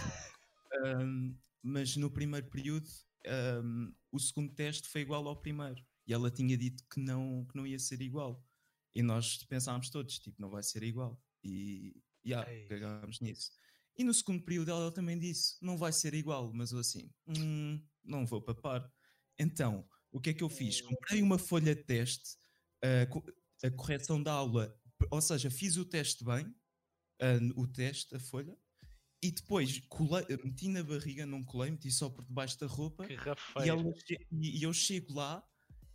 Speaker 1: ahm, mas no primeiro período, ahm, o segundo teste foi igual ao primeiro. E ela tinha dito que não, que não ia ser igual. E nós pensámos todos, tipo, não vai ser igual. E já,
Speaker 2: Ei.
Speaker 1: cagámos nisso. E no segundo período ela também disse, não vai ser igual. Mas eu assim, "Hum, não vou papar. Então, o que é que eu
Speaker 2: Hum.
Speaker 1: fiz? Comprei uma folha de teste, a, co- a correção da aula, ou seja, fiz o teste bem, ah, o teste, a folha, e depois colei, eh, meti na barriga, não colei, meti só por debaixo da roupa,
Speaker 2: Que
Speaker 1: e,
Speaker 2: rafeiro.
Speaker 1: ela che- e- e eu chego lá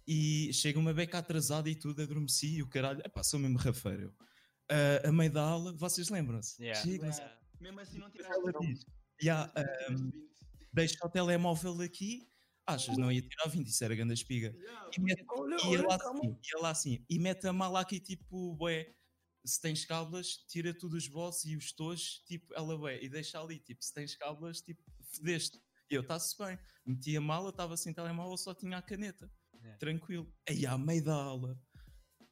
Speaker 1: e chega uma beca atrasada e tudo, adormeci e o caralho, epá, sou mesmo rafeiro. eu. Ah, a meio da aula, vocês lembram-se?
Speaker 2: Yeah.
Speaker 1: Chegam-
Speaker 7: Já.
Speaker 3: Mesmo assim não
Speaker 1: Depois
Speaker 3: tiraste
Speaker 1: ela
Speaker 3: vinte.
Speaker 1: diz, "Ya, ah,
Speaker 3: Não tiraste
Speaker 1: deixa o telemóvel aqui, achas, não ia tirar 20, isso era grande espiga.
Speaker 3: 20. Ya,
Speaker 1: E mete-
Speaker 3: é
Speaker 4: Olha,
Speaker 1: e
Speaker 4: olha,
Speaker 1: ela
Speaker 4: tá
Speaker 1: assim, e ela assim, e mete a mala aqui, tipo, bué, se tens cábulas, tira tudo os bolsos e os tojos, tipo, ela bué, e deixa ali, tipo, se tens cábulas, tipo, fedeste. E eu, está-se bem. Meti a mala, estava sem telemóvel, só tinha a caneta.
Speaker 4: É.
Speaker 2: Yeah.
Speaker 1: Tranquilo. Aí, à meio da aula,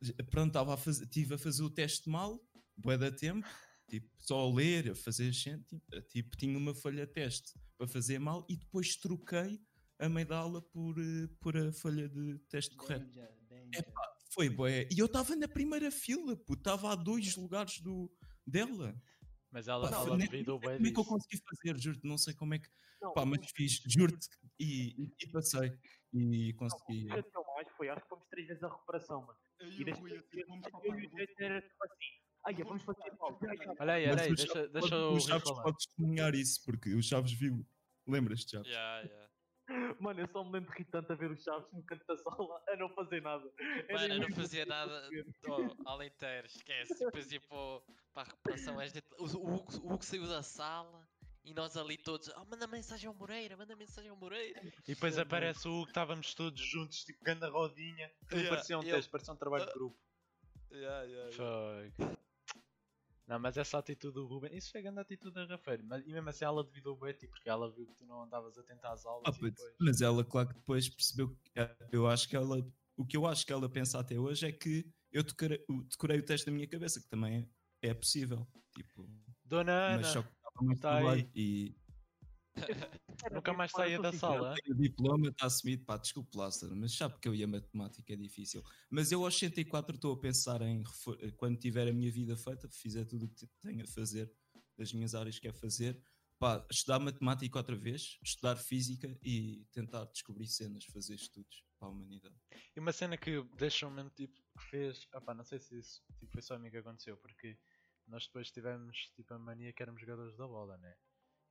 Speaker 1: j- pronto, estava a fazer, tive a fazer o teste mal, bué da tempo, tipo, só a ler, a fazer, gente, tipo, tipo, tinha uma folha de teste para fazer mal, e depois troquei a meio da aula por, eh, por a folha de teste correta.
Speaker 3: danger, danger.
Speaker 1: Foi boé. E eu estava na primeira fila, puto. Estava a dois lugares do, dela.
Speaker 2: Mas ela,
Speaker 1: Pá,
Speaker 2: ela
Speaker 1: nem-
Speaker 2: duvidou bem
Speaker 1: Como é que eu
Speaker 2: disso.
Speaker 1: consegui fazer? Juro-te, não sei como é que.
Speaker 6: Não,
Speaker 1: Pá, mas fiz, juro-te, e, e- e passei. E
Speaker 2: Então,
Speaker 1: consegui.
Speaker 6: o que eu mais foi, acho que fomos três vezes a recuperação, mano.
Speaker 3: Aí
Speaker 6: E
Speaker 3: o
Speaker 6: desta
Speaker 3: Rui,
Speaker 6: vez,
Speaker 3: assim, vamos papar,
Speaker 6: eu e o
Speaker 3: vamos-
Speaker 6: Jason era tipo assim. Ai, é, vamos fazer mal. Ai,
Speaker 2: Olha
Speaker 6: ai,
Speaker 2: aí,
Speaker 1: Mas
Speaker 2: olha aí,
Speaker 1: o
Speaker 2: deixa,
Speaker 1: Chaves
Speaker 2: deixa
Speaker 1: pode-
Speaker 2: o
Speaker 1: o
Speaker 2: Rico
Speaker 1: Chaves
Speaker 2: falar.
Speaker 1: pode testemunhar isso, porque o Chaves viu. Lembras-te, Chaves?
Speaker 7: Já, já.
Speaker 6: ai. Mano, eu só me lembro de rir tanto a ver os Chaves no canto da sala a não fazer nada. Era
Speaker 7: Mano, eu não
Speaker 6: mesmo
Speaker 7: fazia
Speaker 6: assim,
Speaker 7: nada.
Speaker 6: ver.
Speaker 7: Oh, Alenteiro, esquece. Depois ia para, o- para a recuperação. a gente- o, o Hugo, o Hugo saiu da sala e nós ali todos. Oh, manda mensagem ao Moreira, manda mensagem ao Moreira.
Speaker 1: é
Speaker 2: E depois aparece o Hugo, estávamos todos juntos, tipo, grande rodinha.
Speaker 7: Yeah,
Speaker 2: parecia um
Speaker 7: yeah.
Speaker 2: teste, parecia um trabalho de grupo.
Speaker 7: Já, já, já.
Speaker 2: Fuck. Não, mas essa atitude do Ruben, isso é grande atitude da Rafael. Mas, e mesmo assim ela devidou bem a ti, porque ela viu que tu não andavas atento às aulas
Speaker 1: Ah,
Speaker 2: e
Speaker 1: puto,
Speaker 2: depois...
Speaker 1: mas ela, claro que depois percebeu. que- eh, Eu acho que ela. O que eu acho que ela pensa até hoje é que eu decorei, o- decorei o teste da minha cabeça, que também é, é possível. Tipo,
Speaker 2: Dona Ana,
Speaker 1: mas só que estava muito
Speaker 2: tá aí.
Speaker 1: trabalho e
Speaker 6: Era
Speaker 2: nunca
Speaker 6: mesmo,
Speaker 2: mais
Speaker 6: mano, eu
Speaker 2: saia
Speaker 6: sou
Speaker 2: da
Speaker 6: sincero.
Speaker 2: sala.
Speaker 1: O diploma está assumido, pá, desculpe lá, Sandra, mas sabe que eu e a matemática é difícil. Mas eu aos eh, 104 estou a pensar em refor- quando tiver a minha vida feita, fizer tudo o que tenho a fazer, das minhas áreas que é fazer, pá, estudar matemática outra vez, estudar física e tentar descobrir cenas, fazer estudos para a humanidade.
Speaker 2: E uma cena que deixou mesmo tipo que fez. Opá, não sei se isso tipo, foi só a mim que aconteceu, porque nós depois tivemos tipo a mania que éramos jogadores da bola, né?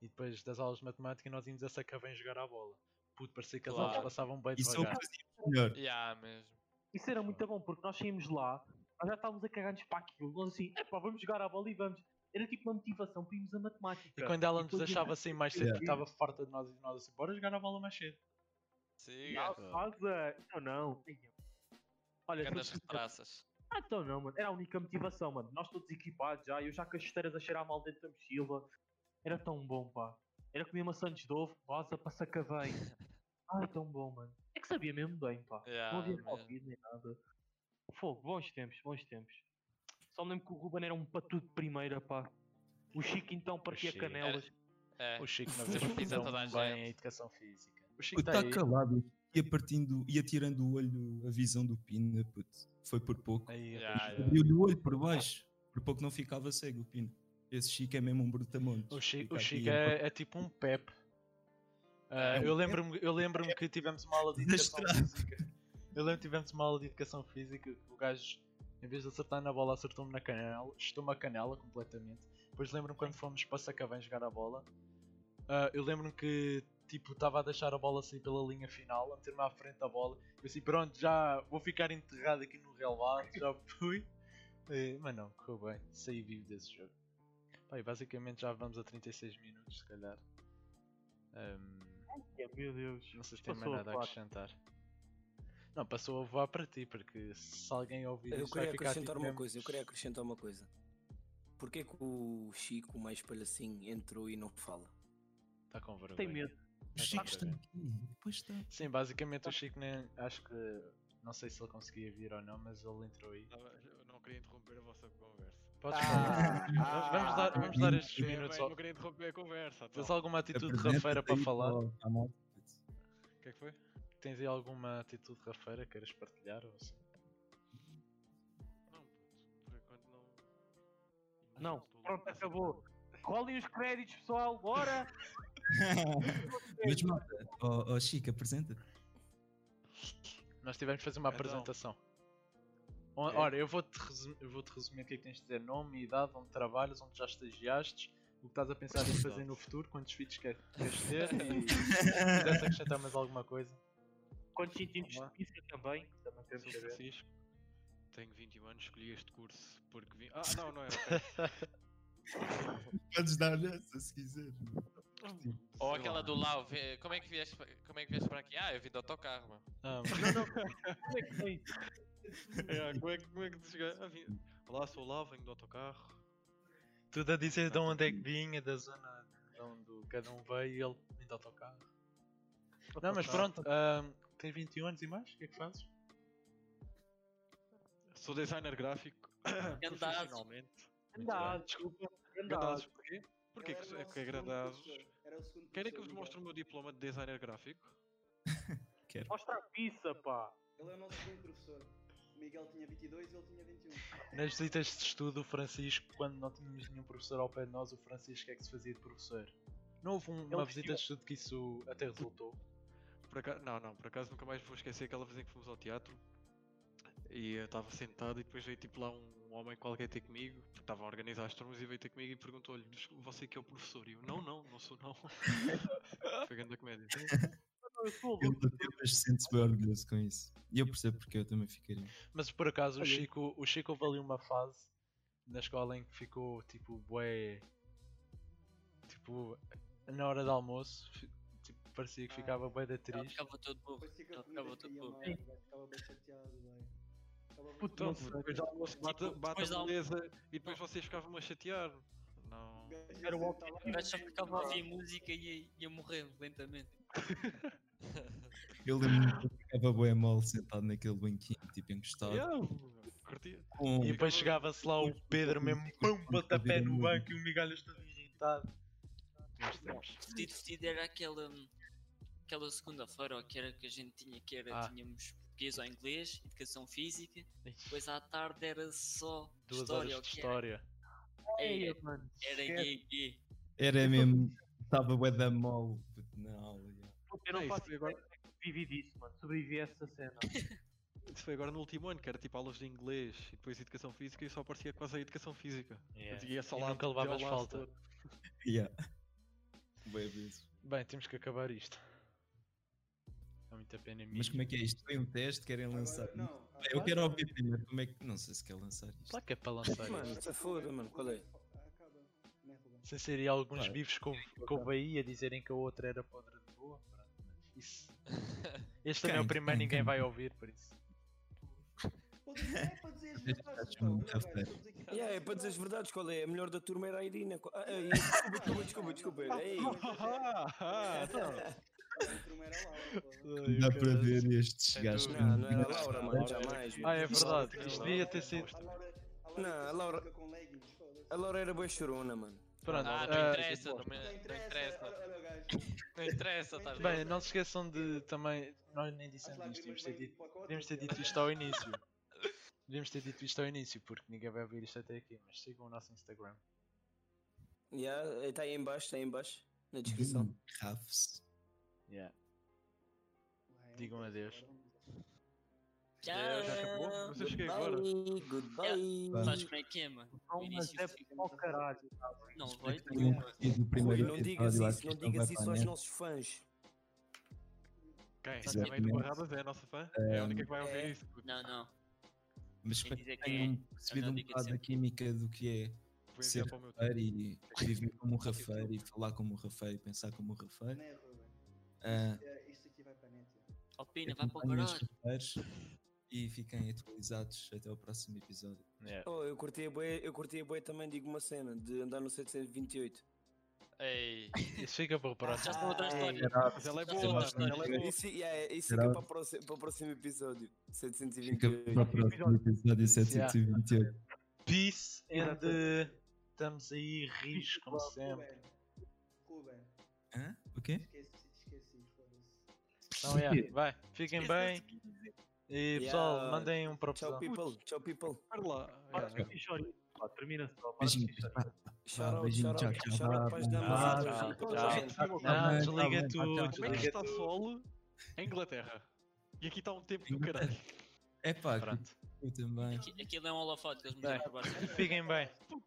Speaker 2: E depois das aulas de matemática nós íamos a sacavém jogar à bola. Puto, parecia que as
Speaker 7: Claro.
Speaker 2: aulas passavam bem
Speaker 1: Isso é o que
Speaker 2: devagar.
Speaker 7: um
Speaker 1: fazia melhor.
Speaker 7: Yeah, mesmo.
Speaker 6: Isso era muito bom, porque nós saímos lá, nós já estávamos a cagar-nos para aquilo. Nós assim, epá, vamos jogar à bola e vamos. Era tipo uma motivação para irmos a matemática.
Speaker 2: E quando ela nos
Speaker 6: depois
Speaker 2: deixava assim mais cedo,
Speaker 1: Yeah.
Speaker 2: porque estava farta de nós e de nós assim, bora jogar a bola mais cedo. assim, é.
Speaker 7: Siga.
Speaker 6: Não, casa! Não, "Ah, Então, não. Ei, Olha,
Speaker 7: Grandes
Speaker 6: sou-
Speaker 7: retraças.
Speaker 6: ah, então não, mano. Era a única motivação, mano. Nós todos equipados já, eu já com as esteiras a cheirar mal dentro da mochila. Era tão bom, pá. Era comer maçãs de ovo, vaza para sacavém. Ai, tão bom, mano. É que sabia mesmo bem, pá.
Speaker 7: Yeah,
Speaker 6: não havia
Speaker 7: mesmo.
Speaker 6: Covid nem nada. Fogo, bons tempos, bons tempos. Só me lembro que o Ruben era um patudo de primeira, pá. O Chico então partia
Speaker 2: Chico.
Speaker 6: canelas.
Speaker 7: É.
Speaker 2: O Chico não
Speaker 7: Sempre
Speaker 2: fez
Speaker 7: pisa
Speaker 2: tão
Speaker 7: toda a
Speaker 2: bem
Speaker 7: gente.
Speaker 2: a educação física. O Chico
Speaker 1: Puto,
Speaker 2: está
Speaker 1: está
Speaker 2: aí.
Speaker 1: calado. Ia partindo, ia tirando o olho, a visão do Pina, puto. Foi por pouco.
Speaker 2: Aí,
Speaker 7: Yeah,
Speaker 2: rapaz.
Speaker 7: yeah.
Speaker 1: Viu-lhe o olho por baixo. Por pouco não ficava cego o Pino. Esse Chico é mesmo um brutamonte.
Speaker 2: O Chico,
Speaker 1: Fica
Speaker 2: o
Speaker 1: aqui
Speaker 2: Chico
Speaker 1: enquanto-
Speaker 2: é, é tipo um Pep. Ah,
Speaker 1: tá É um
Speaker 2: eu lembro-me eu lembro que tivemos uma aula de
Speaker 1: Da
Speaker 2: educação
Speaker 1: estrada.
Speaker 2: física. Eu lembro que tivemos uma aula de educação física que o gajo, em vez de acertar na bola, acertou-me na canela, chutou-me a canela completamente. Depois lembro-me quando fomos para Sacavém jogar a bola. ah, eu lembro-me que tipo estava a deixar a bola sair pela linha final, a meter-me à frente da bola. Eu assim, pronto, já vou ficar enterrado aqui no relvado, já fui. Eh, mas não, correu bem, saí vivo desse jogo. Pá, e basicamente já vamos a 36 minutos, se calhar. Ahm,
Speaker 6: É, Meu Deus.
Speaker 2: não sei se tem mais
Speaker 6: Passou a
Speaker 2: nada a
Speaker 6: voar.
Speaker 2: acrescentar. Não, passou a voar para ti, porque se alguém ouvir
Speaker 4: Eu
Speaker 2: isto vai
Speaker 4: queria
Speaker 2: ficar tipo
Speaker 4: acrescentar uma
Speaker 2: mesmo-
Speaker 4: coisa, eu queria acrescentar uma coisa. Porquê que o Chico, mais palhacinho, entrou e não fala?
Speaker 2: Está tá com vergonha.
Speaker 6: Tem medo.
Speaker 1: O Chico está aqui. Pois está.
Speaker 2: Sim, basicamente o Chico nem... Acho que... Não sei se ele conseguia vir ou não, mas ele entrou aí.
Speaker 8: Estava- Eu não queria interromper a vossa conversa.
Speaker 2: Podes
Speaker 4: Ah.
Speaker 2: falar. Vamos,
Speaker 3: Ah,
Speaker 2: vamos dar, vamos dar estes
Speaker 8: É, bem,
Speaker 2: minutos.
Speaker 8: não
Speaker 2: ao-
Speaker 8: queria interromper a conversa. então.
Speaker 2: Tens alguma atitude
Speaker 1: Apresenta-te
Speaker 2: rafeira para
Speaker 1: aí tá
Speaker 2: falar?
Speaker 1: o- para a malta, puto.
Speaker 8: O que é que foi?
Speaker 2: Tens aí alguma atitude rafeira que queiras partilhar? Ou assim?
Speaker 8: Não, puto, por enquanto não.
Speaker 6: Não,
Speaker 8: estou-
Speaker 6: pronto, acabou. Colhem os créditos, pessoal, bora!
Speaker 1: Mas malta, ó ó, Chico, apresenta-te.
Speaker 2: Nós tivemos de fazer uma
Speaker 8: Então.
Speaker 2: apresentação. O- Ora, eu vou-te resumir, vou resumir o que é que tens de dizer: nome, idade, onde trabalhas, onde já estagiaste, o que estás a pensar em fazer no futuro, quantos filhos quer- queres ter e se quiseres acrescentar mais alguma coisa.
Speaker 6: Quantos centímetros
Speaker 2: Vamos
Speaker 6: de pizza também? Também temos
Speaker 8: Sou
Speaker 6: que ver.
Speaker 8: Francisco, tenho 21 anos, escolhi este curso porque vim. Ah, não, não é. ok.
Speaker 1: Podes dar nessa se quiser.
Speaker 7: Ou
Speaker 8: Sei
Speaker 7: aquela
Speaker 8: lá.
Speaker 7: do Lau, vê- como é que vieste pa- como é que vieste para aqui? Ah, eu vim de autocarro, mano.
Speaker 2: Ah,
Speaker 6: Como é que foi isso?
Speaker 8: É, como é que, como é que tu chega- Ah, vim- Olá, sou o Lau, venho do autocarro.
Speaker 2: tudo a dizer de onde é que vinha, da zona de onde cada um veio e ele vem de autocarro. Não, mas pronto, ahm, tens 21 anos e mais? O que é que fazes?
Speaker 8: Sou designer gráfico.
Speaker 7: Gandazes.
Speaker 8: profissionalmente.
Speaker 6: Gandazes, desculpa.
Speaker 8: Gandazes,
Speaker 6: Gandazes.
Speaker 8: porquê? Porquê
Speaker 3: Ele
Speaker 8: que,
Speaker 3: era o nosso
Speaker 8: é que é
Speaker 3: segundo
Speaker 8: gradados?
Speaker 3: professor, era o segundo
Speaker 8: Querem que eu
Speaker 3: professor,
Speaker 8: vos
Speaker 3: Miguel.
Speaker 8: mostre o meu diploma de designer gráfico?
Speaker 6: Mostra a pizza, pá.
Speaker 3: Ele é o nosso segundo professor. O Miguel tinha 22 e um. ele tinha 21.
Speaker 2: Nas visitas de estudo, o Francisco, quando não tínhamos nenhum professor ao pé de nós, o Francisco é que se fazia de professor. Não houve um- uma visita
Speaker 6: Ele vestiu-
Speaker 2: de estudo que isso até resultou.
Speaker 8: Por acaso, não, não, por acaso nunca mais vou esquecer aquela vez em que fomos ao teatro e eu estava sentado e depois veio tipo lá um homem qualquer ter comigo, porque estava a organizar as turmas e veio ter comigo e perguntou-lhe, "Desculpe, você que é o professor? E eu, não, não, não sou não. Foi grande a comédia.
Speaker 2: Então,
Speaker 6: Eu sou
Speaker 1: Ele
Speaker 6: louco.
Speaker 1: bateu, mas sente-se bem orgulhoso com isso. E eu percebo porque eu também ficaria.
Speaker 2: Mas por acaso o Chico, o Chico houve ali uma fase na escola em que ficou tipo bué. Tipo, na hora do almoço, fi- tipo, parecia que ficava bué da
Speaker 5: Ele
Speaker 2: triste.
Speaker 5: ficava todo burro.
Speaker 3: Parecia que
Speaker 5: Ele
Speaker 3: a
Speaker 5: ficava
Speaker 3: comida
Speaker 5: todo
Speaker 3: caía mal,
Speaker 5: burro.
Speaker 3: o gajo ficava bem chateado, bem. Ficava
Speaker 6: Puto,
Speaker 8: Então,
Speaker 3: bem-
Speaker 6: sei.
Speaker 8: depois do almoço bate,
Speaker 5: Tipo,
Speaker 8: bate
Speaker 5: depois do
Speaker 8: a
Speaker 5: almo-
Speaker 8: beleza e depois vocês ficavam a chatear. Não.
Speaker 3: O gajo
Speaker 6: Era o
Speaker 3: sentava-
Speaker 5: O gajo só ficava a ouvir música e ia, ia morrendo lentamente.
Speaker 1: Eu lembro-me que eu ficava bem mal sentado naquele banquinho, tipo encostado.
Speaker 8: Yeah, curtia.
Speaker 1: Com... um,
Speaker 2: E depois chegava-se lá o Pedro mesmo, pum, pontapé no banco e o Migalhas todo irritado. Mas temos.
Speaker 5: Vestido, vestido era aquela, aquela segunda-feira ou que era que a gente tinha, que era,
Speaker 2: Ah.
Speaker 5: tínhamos português ou inglês, educação física, depois à tarde era só
Speaker 2: Duas horas
Speaker 5: história, ou
Speaker 2: de
Speaker 5: que é? era.
Speaker 2: história.
Speaker 5: Ei,
Speaker 6: Ei, mano.
Speaker 5: Era
Speaker 6: esquece.
Speaker 5: gay, gay.
Speaker 1: Era mesmo. Estava bué da mole Tipo, puto, na aula. yeah.
Speaker 6: Eu não
Speaker 8: É, isso
Speaker 6: faço
Speaker 8: foi
Speaker 6: ideia como vivi disso, mano. Sobrevivi a essa cena.
Speaker 8: Isso foi agora no último ano, que era tipo aulas de inglês e depois educação física e só aparecia quase a educação física.
Speaker 2: Yeah.
Speaker 8: Ia só
Speaker 2: E
Speaker 8: lá
Speaker 2: nunca
Speaker 8: pedir ao
Speaker 2: levavas
Speaker 8: laço
Speaker 2: falta.
Speaker 8: todo.
Speaker 1: Yeah. Bué vezes.
Speaker 2: Bem, temos que acabar isto. É muita pena minha.
Speaker 1: Mas como é que é isto? Foi um teste? Querem lançar?
Speaker 3: Agora, não,
Speaker 1: Bem, Eu quero ouvir primeiro como é que. Não sei se quer lançar isto.
Speaker 2: Placa é para lançar isto.
Speaker 4: Mano, se foda, mano, qual é?
Speaker 3: Acaba. Não é, Ruben?
Speaker 2: Sem serem alguns
Speaker 1: Pá.
Speaker 2: vivos com, com o Bahia dizerem que a outra era podre de boa. pronto, mas Isso. Este também é o
Speaker 1: Quem-
Speaker 2: primeiro,
Speaker 1: quem-
Speaker 2: ninguém
Speaker 1: quem-
Speaker 2: vai ouvir, por isso.
Speaker 3: Pô, é para dizer as verdades,
Speaker 1: Estás
Speaker 3: então,
Speaker 1: muito
Speaker 3: olha,
Speaker 1: a
Speaker 3: velho, estamos aqui-
Speaker 4: Yeah, é para dizer as verdades, qual é? A melhor da turma era a Irina. qual- Ah, ei, desculpa, desculpa, desculpa, desculpa. Ei,
Speaker 2: Ah,
Speaker 3: ah, então. A turma era lá, pô.
Speaker 1: Dá para ver estes
Speaker 7: Sem
Speaker 1: gajos.
Speaker 7: dúvida.
Speaker 4: É não, não era a Laura, mano, jamais.
Speaker 2: Ah, é
Speaker 4: mano.
Speaker 2: verdade.
Speaker 4: Não,
Speaker 2: Isto
Speaker 4: não.
Speaker 2: devia ter sido.
Speaker 3: A Laura- a
Speaker 4: Não, a Laura-
Speaker 3: fica com leggings, foda-se.
Speaker 4: A Laura era boa chorona, mano.
Speaker 2: Pronto.
Speaker 7: Ah,
Speaker 2: ah,
Speaker 7: não
Speaker 8: É, tipo,
Speaker 7: interessa, não me-
Speaker 3: Não
Speaker 7: não
Speaker 3: interessa,
Speaker 7: interessa,
Speaker 3: olha- olha o gajo.
Speaker 7: não interessa, tá estás bem?
Speaker 2: bem, não se esqueçam de também. Nós nem
Speaker 3: As
Speaker 2: dissemos isto,
Speaker 3: lágrimas
Speaker 2: devíamos ter
Speaker 3: vêm
Speaker 2: dito.
Speaker 3: do pacote.
Speaker 2: Devíamos ter
Speaker 3: olha.
Speaker 2: dito isto ao início. Devíamos ter dito isto ao início, porque ninguém vai ouvir isto até aqui, mas sigam o nosso Instagram.
Speaker 4: Yeah, está aí em baixo, está aí em baixo, na descrição.
Speaker 1: Hum. Rafs.
Speaker 3: Vai,
Speaker 2: Digam adeus.
Speaker 8: Já acabou?
Speaker 5: Tchau.
Speaker 8: Mas eu cheguei agora.
Speaker 4: Eh, Goodbye.
Speaker 5: Sabes como é que é, mano?
Speaker 6: Não, mas
Speaker 5: Início
Speaker 6: é
Speaker 5: de-
Speaker 6: para o caralho.
Speaker 5: Não
Speaker 1: Espero
Speaker 5: veio
Speaker 1: que tenham curtido o primeiro
Speaker 4: Rui, não digas
Speaker 1: episódio, acho que
Speaker 4: isso, não
Speaker 1: isto não vai
Speaker 4: digas
Speaker 1: para
Speaker 4: isso
Speaker 1: a
Speaker 4: aos
Speaker 1: net.
Speaker 4: nossos fãs.
Speaker 8: Quem?
Speaker 5: Exatamente.
Speaker 8: Também do Barradas é a nossa fã? É a única que vai
Speaker 4: é.
Speaker 8: ouvir isso.
Speaker 5: Não, não.
Speaker 1: Mas
Speaker 5: Quem
Speaker 1: espero que
Speaker 5: dizer que
Speaker 1: tenham
Speaker 5: é,
Speaker 1: percebido
Speaker 5: não
Speaker 1: um
Speaker 5: diga
Speaker 1: bocado da
Speaker 5: sempre.
Speaker 1: química do que é
Speaker 8: Vou
Speaker 1: Sim.
Speaker 8: enviar para o meu
Speaker 1: rafeiro e viver como um rafeiro e falar como um rafeiro e pensar como um
Speaker 3: Não
Speaker 1: rafeiro.
Speaker 3: é, Ruben?
Speaker 1: Ah,
Speaker 3: É, Isto aqui vai para a net. é.
Speaker 5: Alpina, vai para o
Speaker 1: acompanhem os
Speaker 5: caralho.
Speaker 1: rafeiros E fiquem atualizados até ao próximo episódio.
Speaker 4: Oh, eu curti a boia, eu curti a boia também, digo uma cena, de andar no 728.
Speaker 7: Ei,
Speaker 2: Isso fica para o próximo.
Speaker 5: Já estão outra
Speaker 6: Ah,
Speaker 5: história.
Speaker 8: Mas ela é
Speaker 5: Já estão
Speaker 8: boa,
Speaker 5: outra
Speaker 8: mano,
Speaker 5: história.
Speaker 8: ela é boa.
Speaker 4: Isso, yeah, isso
Speaker 1: Era-
Speaker 4: fica para, o próximo- para o próximo episódio,
Speaker 1: Fica
Speaker 4: 728.
Speaker 1: para o próximo episódio 728.
Speaker 2: Peace and. uh, Estamos aí, rios como sempre.
Speaker 3: Ruben. Ruben.
Speaker 1: Hã? O quê?
Speaker 3: Esqueci, esqueci. Foda-se.
Speaker 2: Então, yeah, vai, fiquem bem. E pessoal,
Speaker 4: Yeah.
Speaker 2: mandem um para o
Speaker 4: Tchau,
Speaker 2: pessoal.
Speaker 4: people. Tchau, people.
Speaker 8: Para lá.
Speaker 6: Para
Speaker 8: Yeah.
Speaker 6: de chorar. Pá, Termina-se. pá, para de
Speaker 1: Beijinhos.
Speaker 6: chorar.
Speaker 4: Shout out,
Speaker 1: beijinho,
Speaker 4: shout out,
Speaker 1: tchau, tchau,
Speaker 4: shout out para as damas.
Speaker 2: tchau,
Speaker 4: Shout
Speaker 2: tchau,
Speaker 4: out para toda
Speaker 2: tchau.
Speaker 4: a gente.
Speaker 2: Não,
Speaker 1: bem,
Speaker 2: desliga
Speaker 1: tá bem,
Speaker 2: tudo,
Speaker 1: tá,
Speaker 8: Como é que
Speaker 2: desliga
Speaker 8: está solo em Inglaterra? E aqui está um tempo do caralho.
Speaker 1: É pá,
Speaker 2: Pronto.
Speaker 1: eu também.
Speaker 5: Aqui- Aquilo é um holofote que eles me dão
Speaker 2: Bem.
Speaker 5: por baixo.
Speaker 2: Fiquem bem.